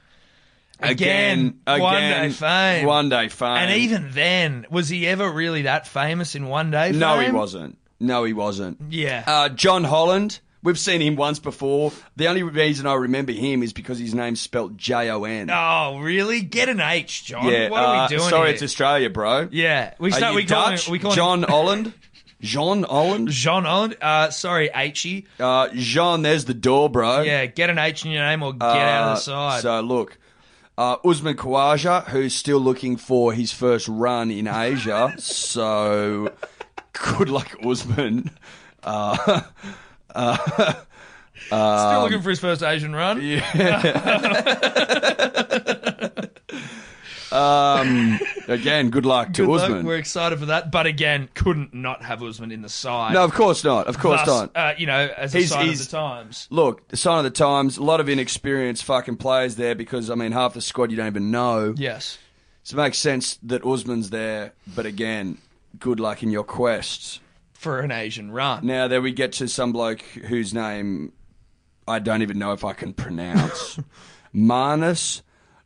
Speaker 5: Again,
Speaker 4: Again,
Speaker 5: again,
Speaker 4: one day fame.
Speaker 5: One day fame.
Speaker 4: And even then, was he ever really that famous in one day?
Speaker 5: no, he
Speaker 4: fame?
Speaker 5: wasn't. No, he wasn't.
Speaker 4: Yeah.
Speaker 5: Uh, John Holland. We've seen him once before. The only reason I remember him is because his name's spelt J O N.
Speaker 4: oh, really? Get an H, John.
Speaker 5: yeah.
Speaker 4: what are
Speaker 5: uh,
Speaker 4: we doing?
Speaker 5: Sorry,
Speaker 4: here?
Speaker 5: it's Australia, bro.
Speaker 4: yeah. We
Speaker 5: Are
Speaker 4: start.
Speaker 5: you
Speaker 4: we call
Speaker 5: Dutch?
Speaker 4: him. We call
Speaker 5: John
Speaker 4: him
Speaker 5: Holland. John Holland.
Speaker 4: John Holland. Uh, sorry, H.
Speaker 5: Uh, Jean, there's the door, bro.
Speaker 4: Yeah, get an H in your name or get out of the
Speaker 5: Uh,
Speaker 4: side.
Speaker 5: So look, uh, Usman Khawaja, who's still looking for his first run in Asia. so good luck, Usman. Uh, um,
Speaker 4: Still looking for his first Asian run.
Speaker 5: again, good luck to
Speaker 4: Good luck.
Speaker 5: Usman.
Speaker 4: We're excited for that, but again, couldn't not have Usman in the side.
Speaker 5: no, of course not. Of course
Speaker 4: Thus,
Speaker 5: not.
Speaker 4: Uh, you know, as a
Speaker 5: He's-
Speaker 4: sign of
Speaker 5: he's-
Speaker 4: the times.
Speaker 5: Look, the sign of the times. A lot of inexperienced fucking players there because I mean half the squad you don't even know.
Speaker 4: Yes.
Speaker 5: So it makes sense that Usman's there. But again, good luck in your quests.
Speaker 4: for an Asian run.
Speaker 5: Now there we get to some bloke whose name I don't even know if I can pronounce. Manus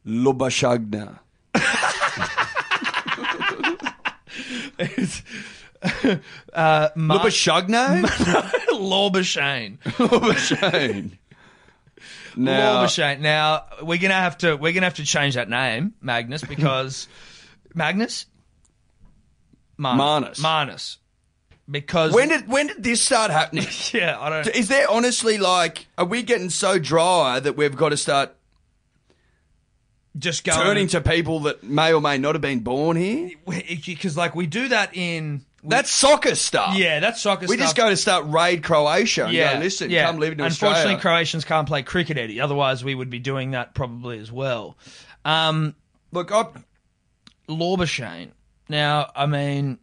Speaker 5: Lubashagna. Lubashagna?
Speaker 4: Lorbashane.
Speaker 5: Lubashane. Now,
Speaker 4: Lorbashane. Now we're gonna have to we're gonna have to change that name, Magnus, because Magnus?
Speaker 5: Marnus.
Speaker 4: Marnus. Because
Speaker 5: when did when did this start happening?
Speaker 4: Yeah, I don't
Speaker 5: Is there honestly like are we getting so dry that we've got to start
Speaker 4: just go
Speaker 5: turning to people that may or may not have been born here?
Speaker 4: because like we do that in we-
Speaker 5: That's soccer stuff.
Speaker 4: yeah, that's soccer
Speaker 5: We
Speaker 4: stuff.
Speaker 5: just go to start raid Croatia and
Speaker 4: yeah,
Speaker 5: go, listen,
Speaker 4: yeah.
Speaker 5: come live in Australia.
Speaker 4: Unfortunately, Croatians can't play cricket, Eddie. Otherwise, we would be doing that probably as well. Um,
Speaker 5: Look, I,
Speaker 4: Lorbashane. Now, I mean,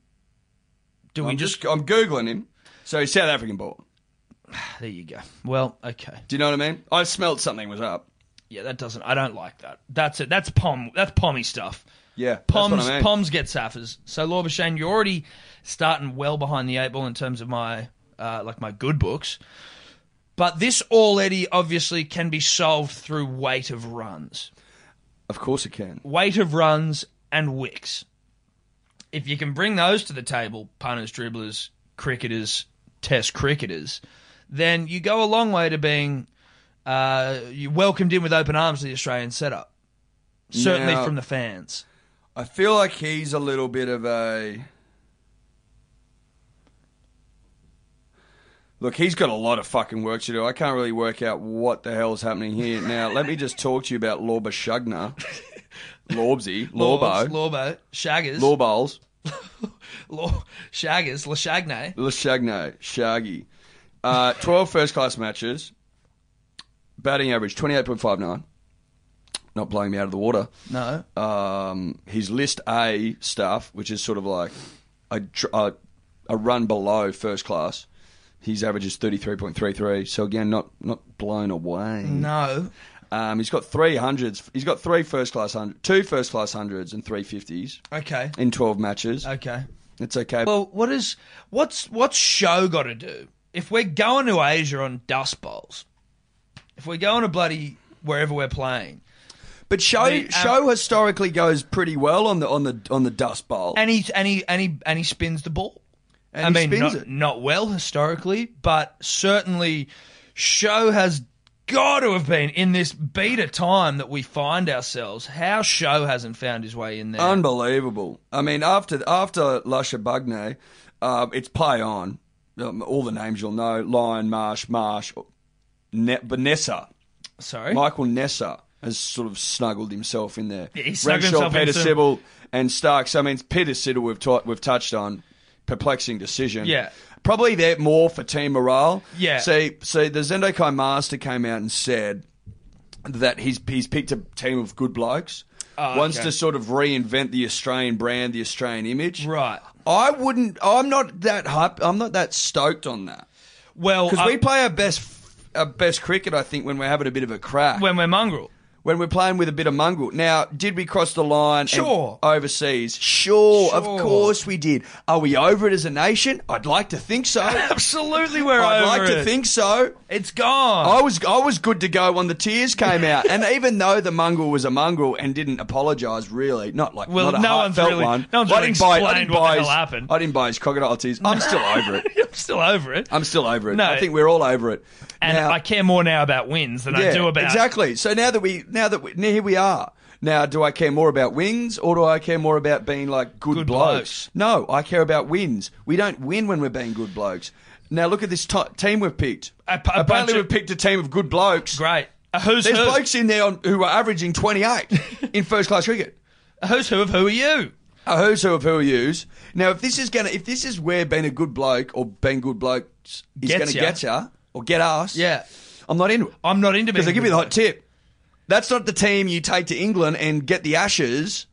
Speaker 4: do we
Speaker 5: I'm
Speaker 4: just
Speaker 5: just I'm googling him. So he's South African born.
Speaker 4: There you go. Well, okay.
Speaker 5: Do you know what I mean? I smelt something was up.
Speaker 4: Yeah, that doesn't. I don't like that. That's it. That's pom. That's pommy stuff.
Speaker 5: Yeah, that's what
Speaker 4: Poms.
Speaker 5: I mean.
Speaker 4: Poms get saffers. So Laubershane, you're already starting well behind the eight ball in terms of my uh, like my good books. But this already obviously can be solved through weight of runs,
Speaker 5: Of course it can.
Speaker 4: weight of runs and wicks. If you can bring those to the table, punters, dribblers, cricketers, test cricketers, then you go a long way to being uh, you welcomed in with open arms to the Australian setup. Certainly
Speaker 5: Now-
Speaker 4: from the fans.
Speaker 5: I feel like he's a little bit of a. Look, he's got a lot of fucking work to do. I can't really work out what the hell's happening here. Now, let me just talk to you about Lorba Shugner. Lorbsy.
Speaker 4: Lorbs,
Speaker 5: Lorbo.
Speaker 4: Lorbo, Shaggers,
Speaker 5: Lorboles.
Speaker 4: Lor- Shaggers, Lashagne.
Speaker 5: Lashagno, Shaggy. Uh, 12 first class matches. Batting average 28.59. Not blowing me out of the water.
Speaker 4: No.
Speaker 5: Um, his list A stuff, which is sort of like a, tr- a, a run below first class. His average is 33.33. So again, not, not blown away.
Speaker 4: No.
Speaker 5: Um, he's got three hundreds. He's got three first class hundred, two first class hundreds, and three fifties
Speaker 4: Okay.
Speaker 5: in twelve matches.
Speaker 4: Okay.
Speaker 5: It's okay.
Speaker 4: Well, what is what's what's show got to do? If we're going to Asia on dust bowls, if we're going to bloody wherever we're playing,
Speaker 5: But show
Speaker 4: The, um,
Speaker 5: show historically goes pretty well on the on the on the dust bowl.
Speaker 4: and he and he and he and he spins the ball.
Speaker 5: And
Speaker 4: I
Speaker 5: he
Speaker 4: mean,
Speaker 5: spins
Speaker 4: not,
Speaker 5: it.
Speaker 4: not well historically, but certainly show has got to have been in this beta time that we find ourselves. How show hasn't found his way in there?
Speaker 5: Um, Unbelievable. I mean, after after Lusha Bugne, uh, it's Pay On. Um, all the names you'll know: Lion, Marsh, Marsh, ne- Vanessa.
Speaker 4: Sorry,
Speaker 5: Michael Nessa has sort of snuggled himself in there.
Speaker 4: Yeah, he's snuggled himself in
Speaker 5: Peter
Speaker 4: some-
Speaker 5: Sibyl, and Starks. I mean, Peter Sibyl we've, ta- we've touched on. Perplexing decision.
Speaker 4: Yeah.
Speaker 5: Probably there more for team morale.
Speaker 4: Yeah.
Speaker 5: See, see, the Zendokai Master came out and said that he's he's picked a team of good blokes.
Speaker 4: Oh,
Speaker 5: wants
Speaker 4: okay.
Speaker 5: to sort of reinvent the Australian brand, the Australian image.
Speaker 4: right.
Speaker 5: I wouldn't. I'm not that hype. I'm not that stoked on that
Speaker 4: Well,
Speaker 5: because
Speaker 4: I-
Speaker 5: we play our best our best cricket. I think when we're having a bit of a crack
Speaker 4: when we're mongrel.
Speaker 5: when we're playing with a bit of mongrel. Now, did we cross the line and
Speaker 4: Sure.
Speaker 5: overseas? Sure, of
Speaker 4: Sure.
Speaker 5: course we did. Are we over it as a nation? I'd like to think so. I'd
Speaker 4: Absolutely, we're over
Speaker 5: like to
Speaker 4: it.
Speaker 5: think so.
Speaker 4: it's gone.
Speaker 5: I was I was good to go when the tears came out, and even though the mongrel was a mongrel and didn't apologise, really, not like
Speaker 4: Well,
Speaker 5: not a
Speaker 4: no one's
Speaker 5: heartfelt
Speaker 4: really-
Speaker 5: one.
Speaker 4: no one's
Speaker 5: I
Speaker 4: really
Speaker 5: didn't buy, I
Speaker 4: explained
Speaker 5: didn't
Speaker 4: what the
Speaker 5: buy
Speaker 4: hell
Speaker 5: his,
Speaker 4: happened.
Speaker 5: I didn't buy his crocodile tears. I'm still over it.
Speaker 4: I'm still over it,
Speaker 5: I'm still over it.
Speaker 4: No.
Speaker 5: I think we're all over it.
Speaker 4: and
Speaker 5: Now-
Speaker 4: I care more now about wins than I do about
Speaker 5: exactly. So now that we now that we, now here we are. Now, do I care more about wins or do I care more about being like good,
Speaker 4: Good blokes.
Speaker 5: blokes? No, I care about wins. We don't win when we're being good blokes. Now look at this to team we've picked.
Speaker 4: A- a bunch
Speaker 5: Apparently,
Speaker 4: of-
Speaker 5: we've picked a team of good blokes.
Speaker 4: Great. A who's
Speaker 5: There's
Speaker 4: who?
Speaker 5: blokes in there on, who are averaging 28 in first class cricket.
Speaker 4: A who's who of who are you?
Speaker 5: A who's who of who yous. Now, if this is gonna, if this is where being a good bloke or being good blokes is
Speaker 4: Gets ya.
Speaker 5: gonna get ya or get us,
Speaker 4: Yeah.
Speaker 5: I'm not into it.
Speaker 4: I'm not into being
Speaker 5: Because I
Speaker 4: a
Speaker 5: give
Speaker 4: good
Speaker 5: you the
Speaker 4: bloke.
Speaker 5: hot tip. That's not the team you take to England and get the ashes.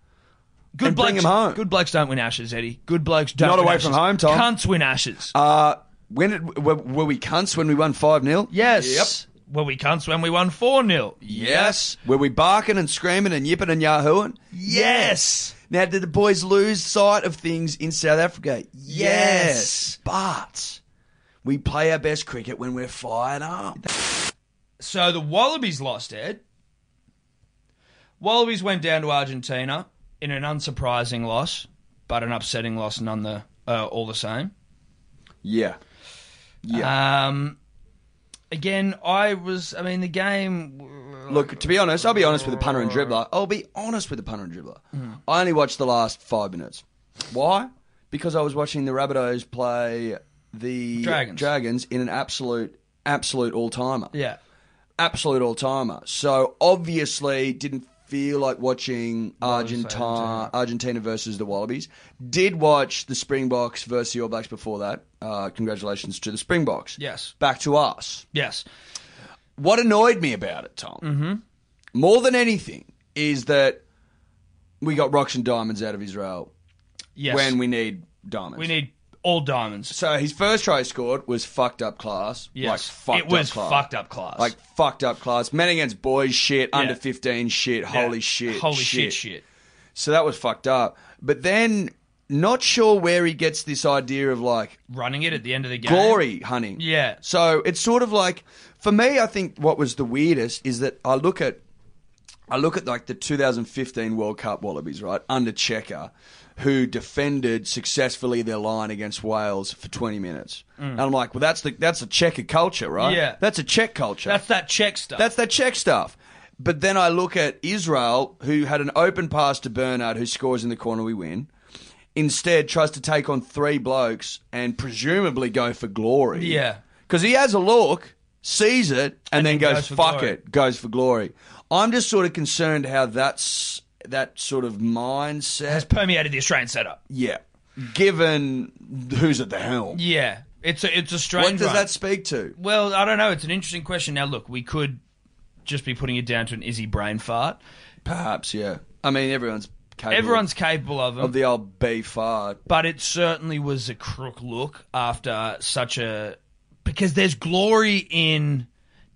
Speaker 4: Good
Speaker 5: and
Speaker 4: blokes.
Speaker 5: bring 'em home.
Speaker 4: Good blokes don't win ashes, Eddie. Good blokes don't.
Speaker 5: Not
Speaker 4: win
Speaker 5: away
Speaker 4: ashes.
Speaker 5: from home, Tom.
Speaker 4: Cunts win ashes.
Speaker 5: Uh, when it, were, were we cunts when we won 5 0?
Speaker 4: yes. Well, we cunts when we won four 0
Speaker 5: Yep. Yes. Were we barking and screaming and yipping and yahooing?
Speaker 4: Yes.
Speaker 5: Now, did the boys lose sight of things in South Africa?
Speaker 4: Yes.
Speaker 5: But we play our best cricket when we're fired up.
Speaker 4: So the Wallabies lost, Ed. Wallabies went down to Argentina in an unsurprising loss, but an upsetting loss none the uh, all the same.
Speaker 5: Yeah.
Speaker 4: Um, again, I was. I mean, the game.
Speaker 5: Look, to be honest, I'll be honest with the punter and dribbler. I'll be honest with the punter and dribbler.
Speaker 4: Mm.
Speaker 5: I only watched the last five minutes. Why? Because I was watching the Rabbitohs play the
Speaker 4: Dragons.
Speaker 5: in an absolute, absolute all timer.
Speaker 4: Yeah.
Speaker 5: Absolute all timer. So obviously, didn't feel like watching Argentina, Argentina versus the Wallabies. Did watch the Springboks versus the All Blacks before that. Uh, congratulations to the Springboks.
Speaker 4: Yes.
Speaker 5: Back to us
Speaker 4: Yes.
Speaker 5: what annoyed me about it, Tom,
Speaker 4: Mm-hmm.
Speaker 5: more than anything, is that we got rocks and diamonds out of Israel
Speaker 4: Yes.
Speaker 5: when we need diamonds.
Speaker 4: we need all diamonds.
Speaker 5: so his first try scored was fucked up class. Like
Speaker 4: Yes.
Speaker 5: fucked
Speaker 4: it was
Speaker 5: up class.
Speaker 4: fucked up class.
Speaker 5: Like fucked up class. Men against boys shit, under
Speaker 4: Yeah.
Speaker 5: 15 shit,
Speaker 4: Yeah.
Speaker 5: holy shit.
Speaker 4: Holy shit! Shit.
Speaker 5: So that was fucked up. But then, not sure where he gets this idea of like,
Speaker 4: Running it at the end of the game.
Speaker 5: glory hunting.
Speaker 4: Yeah.
Speaker 5: So it's sort of like for me, I think what was the weirdest is that I look at I look at like the 2015 World Cup Wallabies, right? Under Checker, who defended successfully their line against Wales for 20 minutes. And I'm like, well, that's the that's a Checker culture, right?
Speaker 4: Mm. Yeah.
Speaker 5: That's a Czech culture.
Speaker 4: That's that check stuff.
Speaker 5: That's that Czech stuff. But then I look at Israel, who had an open pass to Bernard, who scores in the corner, we win. Instead, tries to take on three blokes and presumably go for glory.
Speaker 4: Yeah.
Speaker 5: Because he has a look, sees it, and, then
Speaker 4: then
Speaker 5: goes,
Speaker 4: goes for
Speaker 5: fuck
Speaker 4: glory."
Speaker 5: it, goes for glory. I'm just sort of concerned how that's that sort of mindset.
Speaker 4: has permeated the Australian setup.
Speaker 5: yeah. Given who's at the helm.
Speaker 4: Yeah. It's a it's a strange.
Speaker 5: What does
Speaker 4: one.
Speaker 5: that speak to?
Speaker 4: Well, I don't know. It's an interesting question. Now, look, we could just be putting it down to an Izzy brain fart.
Speaker 5: Perhaps, yeah. I mean, everyone's capable
Speaker 4: Everyone's capable of them,
Speaker 5: of the old B fart.
Speaker 4: but it certainly was a crook look after such a because there's glory in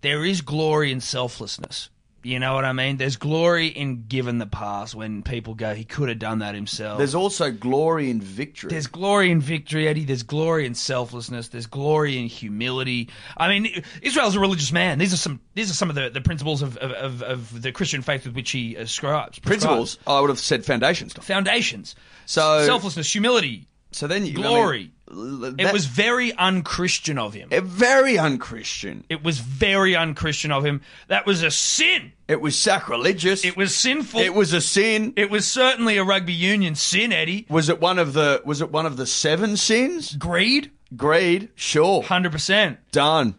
Speaker 4: there is glory in selflessness. You know what I mean? There's glory in giving the pass when people go, he could have done that himself.
Speaker 5: There's also glory in victory.
Speaker 4: There's glory in victory, Eddie. There's glory in selflessness. There's glory in humility. I mean, Israel's a religious man. These are some. These are some of the, the principles of, of, of, of the Christian faith with which he ascribes. prescribes.
Speaker 5: principles. I would have said foundations.
Speaker 4: foundations.
Speaker 5: So-
Speaker 4: selflessness, humility,
Speaker 5: So then you I mean,
Speaker 4: glory. It was very unchristian of him.
Speaker 5: very unchristian.
Speaker 4: It was very unchristian of him. That was a sin.
Speaker 5: It was sacrilegious.
Speaker 4: It was sinful.
Speaker 5: It was a sin.
Speaker 4: It was certainly a rugby union sin, Eddie.
Speaker 5: Was it one of the was it one of the seven sins?
Speaker 4: Greed,
Speaker 5: Greed, sure.
Speaker 4: hundred percent.
Speaker 5: Done.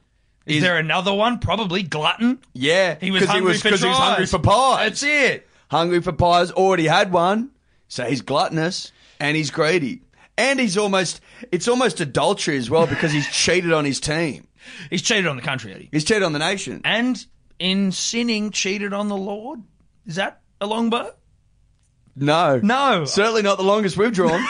Speaker 4: Is there another one? Probably glutton.
Speaker 5: Yeah,
Speaker 4: He was
Speaker 5: 'cause
Speaker 4: hungry for
Speaker 5: he was
Speaker 4: tries.
Speaker 5: hungry for pies.
Speaker 4: That's it.
Speaker 5: Hungry for pies. Already had one, so he's gluttonous and he's greedy, and he's almost it's almost adultery as well because he's cheated on his team.
Speaker 4: He's cheated on the country, Eddie.
Speaker 5: He's cheated on the nation.
Speaker 4: And in sinning, cheated on the Lord. Is that a longbow?
Speaker 5: No,
Speaker 4: No.
Speaker 5: certainly not the longest we've drawn.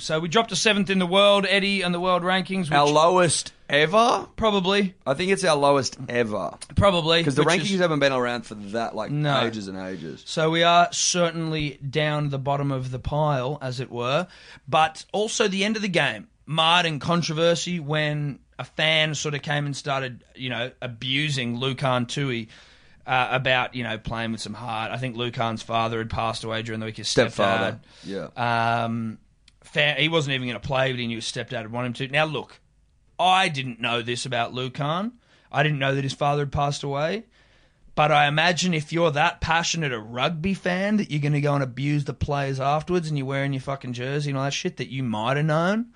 Speaker 4: So we dropped to seventh in the world, Eddie, and the world rankings. Which
Speaker 5: our lowest ever.
Speaker 4: probably,
Speaker 5: I think it's our lowest ever
Speaker 4: probably
Speaker 5: because the
Speaker 4: which
Speaker 5: rankings
Speaker 4: is-
Speaker 5: haven't been around for that like
Speaker 4: No.
Speaker 5: ages and ages.
Speaker 4: So we are certainly down the bottom of the pile, as it were. But also the end of the game, marred in controversy when a fan sort of came and started, you know, abusing Lucan Tui. Uh, about you know playing with some heart. I think Lucan's father had passed away during the week. His
Speaker 5: Stepfather. Yeah.
Speaker 4: stepdad. Um, fa- he wasn't even going to play, but he knew his stepdad would want him to. Now look, I didn't know this about Lucan. I didn't know that his father had passed away. But I imagine if you're that passionate a rugby fan that you're going to go and abuse the players afterwards and you're wearing your fucking jersey and all that shit that you might have known,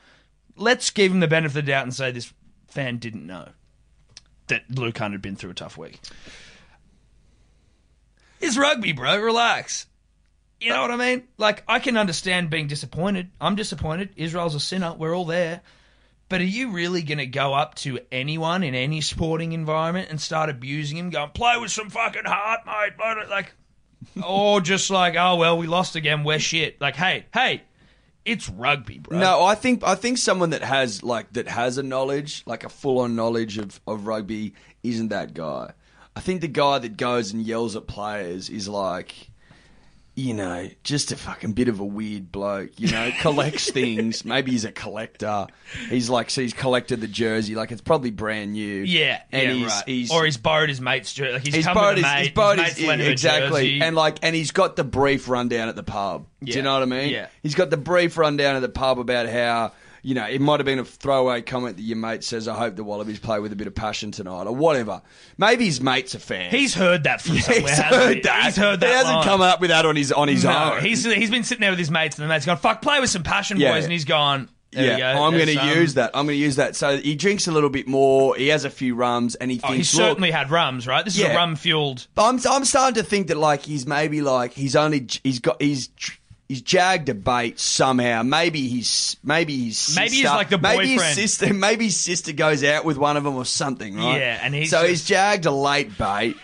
Speaker 4: let's give him the benefit of the doubt and say this fan didn't know that Lucan had been through a tough week. It's rugby, bro. Relax. You know what I mean? Like, I can understand being disappointed. I'm disappointed. Israel's a sinner. We're all there. But are you really going to go up to anyone in any sporting environment and start abusing him, going, play with some fucking heart, mate? blah, blah," Like, or just like, oh, well, we lost again. We're shit. Like, hey, hey, it's rugby, bro.
Speaker 5: No, I think I think someone that has like that has a knowledge, like a full on knowledge of, of rugby, isn't that guy. I think the guy that goes and yells at players is like, you know, just a fucking bit of a weird bloke. You know, collects things. Maybe he's a collector. He's like, so he's collected the jersey. Like it's probably brand new.
Speaker 4: Yeah,
Speaker 5: and
Speaker 4: yeah,
Speaker 5: he's,
Speaker 4: right.
Speaker 5: he's
Speaker 4: or he's borrowed his mate's jersey. Like he's,
Speaker 5: he's
Speaker 4: come
Speaker 5: borrowed
Speaker 4: with
Speaker 5: his,
Speaker 4: a mate.
Speaker 5: he's borrowed his,
Speaker 4: mate's his,
Speaker 5: exactly,
Speaker 4: jersey.
Speaker 5: and like, and he's got the brief rundown at the pub. Do
Speaker 4: Yeah.
Speaker 5: you know what I mean?
Speaker 4: Yeah.
Speaker 5: He's got the brief rundown at the pub about how you know it might have been a throwaway comment that your mate says, "I hope the Wallabies play with a bit of passion tonight," or whatever. Maybe his mate's a fan.
Speaker 4: he's heard that from somewhere.
Speaker 5: He's
Speaker 4: hasn't
Speaker 5: heard
Speaker 4: he?
Speaker 5: that.
Speaker 4: He's heard that.
Speaker 5: He hasn't
Speaker 4: line.
Speaker 5: come up with that on his on his
Speaker 4: No,
Speaker 5: own.
Speaker 4: he's he's been sitting there with his mates, and the mates gone, "Fuck, play with some passion,
Speaker 5: Yeah.
Speaker 4: boys," and he's gone. There
Speaker 5: yeah, Oh,
Speaker 4: we go.
Speaker 5: I'm going
Speaker 4: There's
Speaker 5: to
Speaker 4: some."
Speaker 5: use that. I'm going to use that. So he drinks a little bit more. He has a few rums, and he
Speaker 4: Oh,
Speaker 5: thinks,
Speaker 4: he
Speaker 5: "Look,
Speaker 4: certainly had rums, right? This is a
Speaker 5: Yeah.
Speaker 4: rum fueled.
Speaker 5: I'm I'm starting to think that like he's maybe like he's only he's got he's he's jagged a bait somehow. Maybe he's maybe his sister,
Speaker 4: Maybe he's like the
Speaker 5: maybe his
Speaker 4: boyfriend.
Speaker 5: sister maybe his sister goes out with one of them or something, right?
Speaker 4: Yeah, and he's
Speaker 5: so
Speaker 4: just-
Speaker 5: he's jagged a late bait.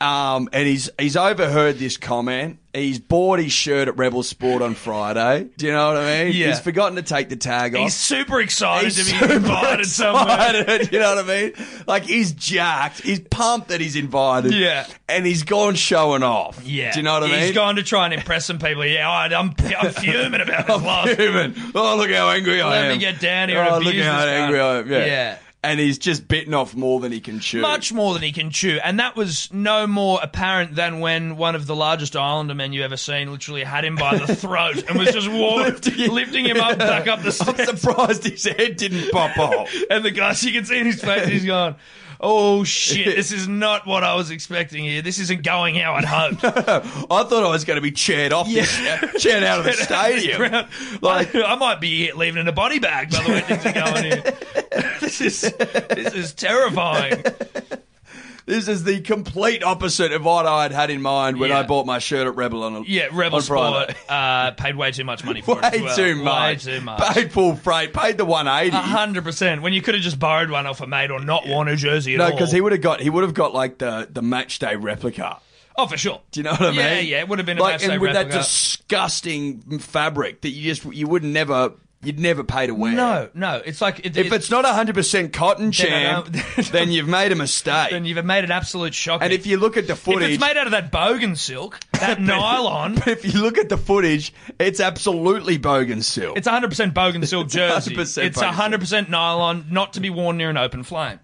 Speaker 5: Um, and he's he's overheard this comment. He's bought his shirt at Rebel Sport on Friday. Do you know what I mean?
Speaker 4: Yeah.
Speaker 5: He's forgotten to take the tag off.
Speaker 4: He's super excited
Speaker 5: He's
Speaker 4: to be
Speaker 5: super
Speaker 4: invited somewhere.
Speaker 5: excited, you know what I mean? Like he's jacked. He's pumped that he's invited.
Speaker 4: Yeah.
Speaker 5: And he's gone showing off.
Speaker 4: Yeah,
Speaker 5: Do you know what I mean?
Speaker 4: He's gone to try and impress some people. Yeah, I, I'm I'm fuming about this loss.
Speaker 5: Human. Oh, look how angry I
Speaker 4: Let
Speaker 5: am.
Speaker 4: me get down here and
Speaker 5: Oh,
Speaker 4: abuse
Speaker 5: look how
Speaker 4: this guy.
Speaker 5: angry I am. Yeah.
Speaker 4: Yeah.
Speaker 5: And he's just bitten off more than he can chew.
Speaker 4: Much more than he can chew. And that was no more apparent than when one of the largest Islander men you ever seen literally had him by the throat and was just walking, lifting him up back up the
Speaker 5: I'm
Speaker 4: stairs.
Speaker 5: surprised his head didn't pop off.
Speaker 4: and the guy, you can see in his face, he's gone. Oh shit! This is not what I was expecting here. This isn't going how I'd hoped.
Speaker 5: I thought I was going to be cheered off, this, cheered out of the stadium.
Speaker 4: like I, might be leaving in a body bag by the way things are going here. this is this is terrifying.
Speaker 5: This is the complete opposite of what I had had in mind when
Speaker 4: Yeah.
Speaker 5: I bought my shirt at Rebel on a,
Speaker 4: Yeah, Rebel
Speaker 5: on Friday.
Speaker 4: Sport uh, paid way too much money for it.
Speaker 5: Way
Speaker 4: as well.
Speaker 5: too much.
Speaker 4: Way too much.
Speaker 5: Paid full freight. Paid the one eighty.
Speaker 4: A hundred percent. When you could have just borrowed one off a mate or not worn a jersey at
Speaker 5: No,
Speaker 4: all.
Speaker 5: because he would have got he would have got like the the match day replica.
Speaker 4: Oh, for sure.
Speaker 5: Do you know what I
Speaker 4: Yeah,
Speaker 5: mean?
Speaker 4: yeah. It would have been a
Speaker 5: like
Speaker 4: match day
Speaker 5: and with that
Speaker 4: replica.
Speaker 5: disgusting fabric that you just you would never you'd never pay to wear.
Speaker 4: No, no. It's like it,
Speaker 5: If
Speaker 4: it-
Speaker 5: it's not 100% cotton,
Speaker 4: Then I
Speaker 5: champ,
Speaker 4: don't-
Speaker 5: then you've made a mistake.
Speaker 4: then you've made an absolute shock.
Speaker 5: and if you look at the footage,
Speaker 4: If it's made out of that bogan silk, that nylon,
Speaker 5: but if you look at the footage, it's absolutely bogan silk.
Speaker 4: it's 100% bogan silk jersey.
Speaker 5: 100%
Speaker 4: It's
Speaker 5: bogan silk.
Speaker 4: 100% nylon, not to be worn near an open flame.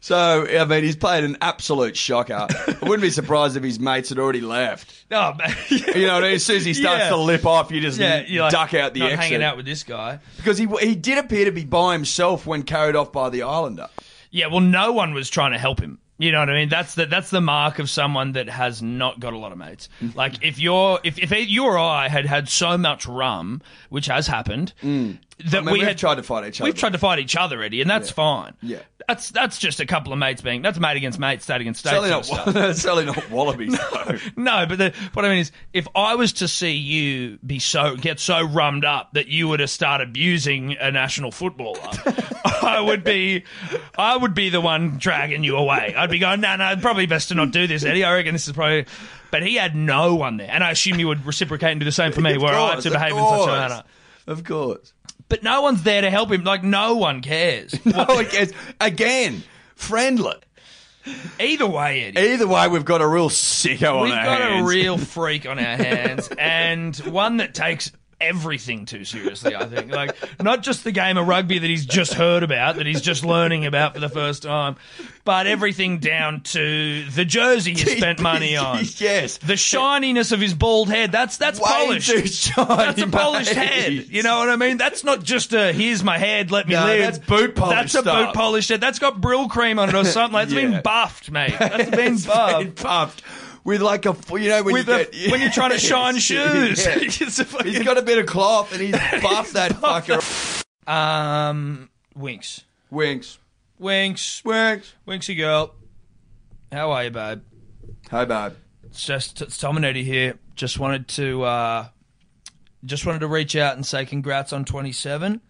Speaker 5: So, I mean, he's played an absolute shocker. I wouldn't be surprised if his mates had already left.
Speaker 4: No, Oh, man.
Speaker 5: You know what I mean? As soon as he starts
Speaker 4: Yeah.
Speaker 5: to lip off, you just
Speaker 4: yeah, you're like,
Speaker 5: duck out the
Speaker 4: not
Speaker 5: exit.
Speaker 4: hanging out with this guy.
Speaker 5: Because he, he did appear to be by himself when carried off by the Islander.
Speaker 4: Yeah, well, no one was trying to help him. You know what I mean? That's the that's the mark of someone that has not got a lot of mates.
Speaker 5: Mm.
Speaker 4: Like if you're if if you or I had had so much rum, which has happened, that
Speaker 5: Mm. I mean,
Speaker 4: we
Speaker 5: we have
Speaker 4: had
Speaker 5: tried to fight each other.
Speaker 4: We've tried to fight each other, Eddie, and that's fine.
Speaker 5: Yeah.
Speaker 4: that's that's just a couple of mates being that's mate against mate, state against state.
Speaker 5: Certainly
Speaker 4: sort of stuff.
Speaker 5: not, certainly not wallabies, though.
Speaker 4: No, but the, what I mean is, if I was to see you be so get so rummed up that you were to start abusing a national footballer, I would be, I would be the one dragging you away. I'd be going, no, no, probably best to not do this, Eddie. I reckon this is probably. But he had no one there, and I assume you would reciprocate and do the same for me,
Speaker 5: Of
Speaker 4: where I had
Speaker 5: course,
Speaker 4: to
Speaker 5: of
Speaker 4: behave in such a
Speaker 5: course.
Speaker 4: manner.
Speaker 5: Of course.
Speaker 4: But no one's there to help him. Like no one cares.
Speaker 5: Oh, again, again, friendly.
Speaker 4: Either way, Eddie.
Speaker 5: Either way, we've got a real sicko
Speaker 4: We've
Speaker 5: on our
Speaker 4: got
Speaker 5: hands.
Speaker 4: a real freak on our hands, and one that takes everything too seriously. I think, like not just the game of rugby that he's just heard about, that he's just learning about for the first time, but everything down to the jersey he spent money on,
Speaker 5: yes.
Speaker 4: the shininess of his bald head. That's that's
Speaker 5: Way
Speaker 4: polished.
Speaker 5: too shiny,
Speaker 4: That's a polished
Speaker 5: mate.
Speaker 4: head. You know what I mean? That's not just a here's my head, let me
Speaker 5: No,
Speaker 4: live.
Speaker 5: that's boot polish
Speaker 4: That's a
Speaker 5: stuff.
Speaker 4: boot polished head. That's got brill cream on it or something. That's
Speaker 5: Yeah.
Speaker 4: been buffed, mate. That's been buffed
Speaker 5: Been puffed. With like a, you know, when
Speaker 4: with
Speaker 5: you
Speaker 4: a,
Speaker 5: get, yeah.
Speaker 4: when you're trying to shine shoes.
Speaker 5: Yeah.
Speaker 4: It's a fucking-
Speaker 5: He's got a bit of cloth and he's buffed that fucker.
Speaker 4: um, Winks,
Speaker 5: Winks.
Speaker 4: Winks,
Speaker 5: Winks.
Speaker 4: Winksy girl. How are you, babe?
Speaker 5: Hey, babe.
Speaker 4: It's just it's Tom and Eddie here. Just wanted to uh, just wanted to reach out and say congrats on 27.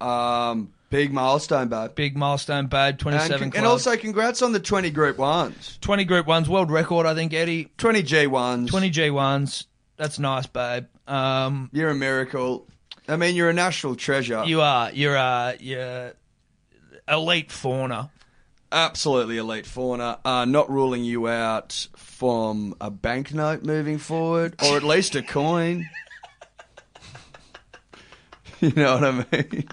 Speaker 5: Um, big milestone, babe.
Speaker 4: Big milestone, babe.
Speaker 5: And
Speaker 4: 27.
Speaker 5: con- and,
Speaker 4: club.
Speaker 5: also congrats on the 20 group ones.
Speaker 4: 20 Group Ones world record, I think, Eddie.
Speaker 5: 20 G ones.
Speaker 4: 20 G ones. That's nice, babe. Um,
Speaker 5: You're a miracle. I mean, you're a national treasure.
Speaker 4: you are you're uh, you're elite fauna.
Speaker 5: Absolutely elite fauna. Uh, not ruling you out from a banknote moving forward, or at least a coin. you know what I mean?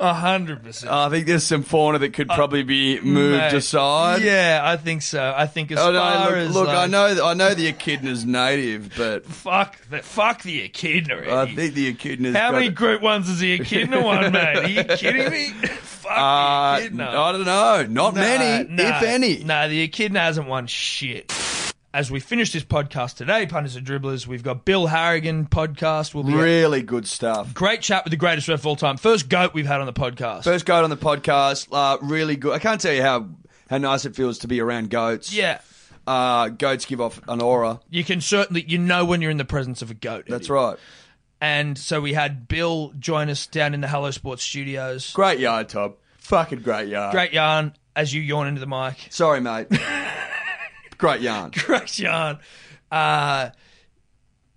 Speaker 4: A hundred percent.
Speaker 5: I think there's some fauna that could probably be moved
Speaker 4: Mate,
Speaker 5: aside.
Speaker 4: Yeah, I think so. I think as
Speaker 5: I know,
Speaker 4: far
Speaker 5: Oh, look,
Speaker 4: as
Speaker 5: look, I
Speaker 4: like,
Speaker 5: know, I know the echidna's native, but
Speaker 4: Fuck the fuck the echidna. Eddie.
Speaker 5: I think the echidna's.
Speaker 4: How
Speaker 5: got
Speaker 4: many
Speaker 5: it.
Speaker 4: group ones is the echidna one, mate? Are you kidding me? fuck the
Speaker 5: Uh, n-
Speaker 4: echidna.
Speaker 5: I don't know. Not
Speaker 4: Nah,
Speaker 5: many,
Speaker 4: nah,
Speaker 5: if any.
Speaker 4: No, the echidna hasn't won shit. As we finish this podcast today, punters and dribblers, we've got Bill Harrigan podcast. We'll be
Speaker 5: Really good stuff.
Speaker 4: great chat with the greatest ref of all time. First goat we've had on the podcast.
Speaker 5: First goat on the podcast. Uh, really good. I can't tell you how how nice it feels to be around goats.
Speaker 4: yeah.
Speaker 5: Uh, goats give off an aura.
Speaker 4: You can certainly you know when you're in the presence of a goat.
Speaker 5: That's
Speaker 4: Eddie.
Speaker 5: right.
Speaker 4: And so we had Bill join us down in the Hello Sports studios.
Speaker 5: Great yard, Tom. Fucking great yard.
Speaker 4: Great yarn as you yawn into the mic.
Speaker 5: Sorry, mate. great yarn.
Speaker 4: Great yarn. Uh,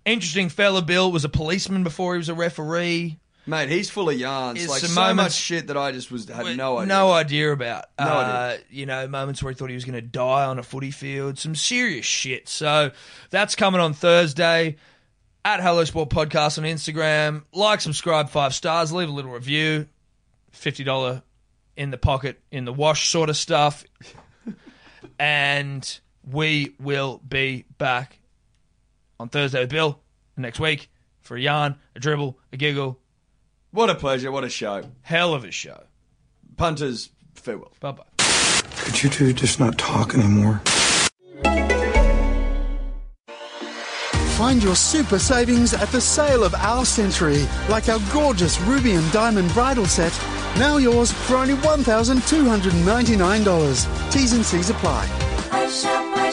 Speaker 4: interesting fella, Bill was a policeman before he was a referee.
Speaker 5: Mate, he's full of yarns.
Speaker 4: It's
Speaker 5: like
Speaker 4: some
Speaker 5: so much
Speaker 4: moments-
Speaker 5: shit that I just was had
Speaker 4: With
Speaker 5: no idea.
Speaker 4: No idea about. No
Speaker 5: idea.
Speaker 4: You know, moments where he thought he was going to die on a footy field. Some serious shit. So that's coming on Thursday. At Hello Sport Podcast on Instagram. Like, subscribe, five stars, leave a little review. $50 in the pocket, in the wash sort of stuff. and we will be back on Thursday with Bill next week for a yarn, a dribble, a giggle.
Speaker 5: What a pleasure. What a show.
Speaker 4: Hell of a show.
Speaker 5: Punters, farewell.
Speaker 4: Bye bye.
Speaker 9: Could you two just not talk anymore?
Speaker 10: Find your super savings at the sale of our century, like our gorgeous ruby and diamond bridal set, now yours for only $1,299. T's and C's apply.
Speaker 11: I shop, I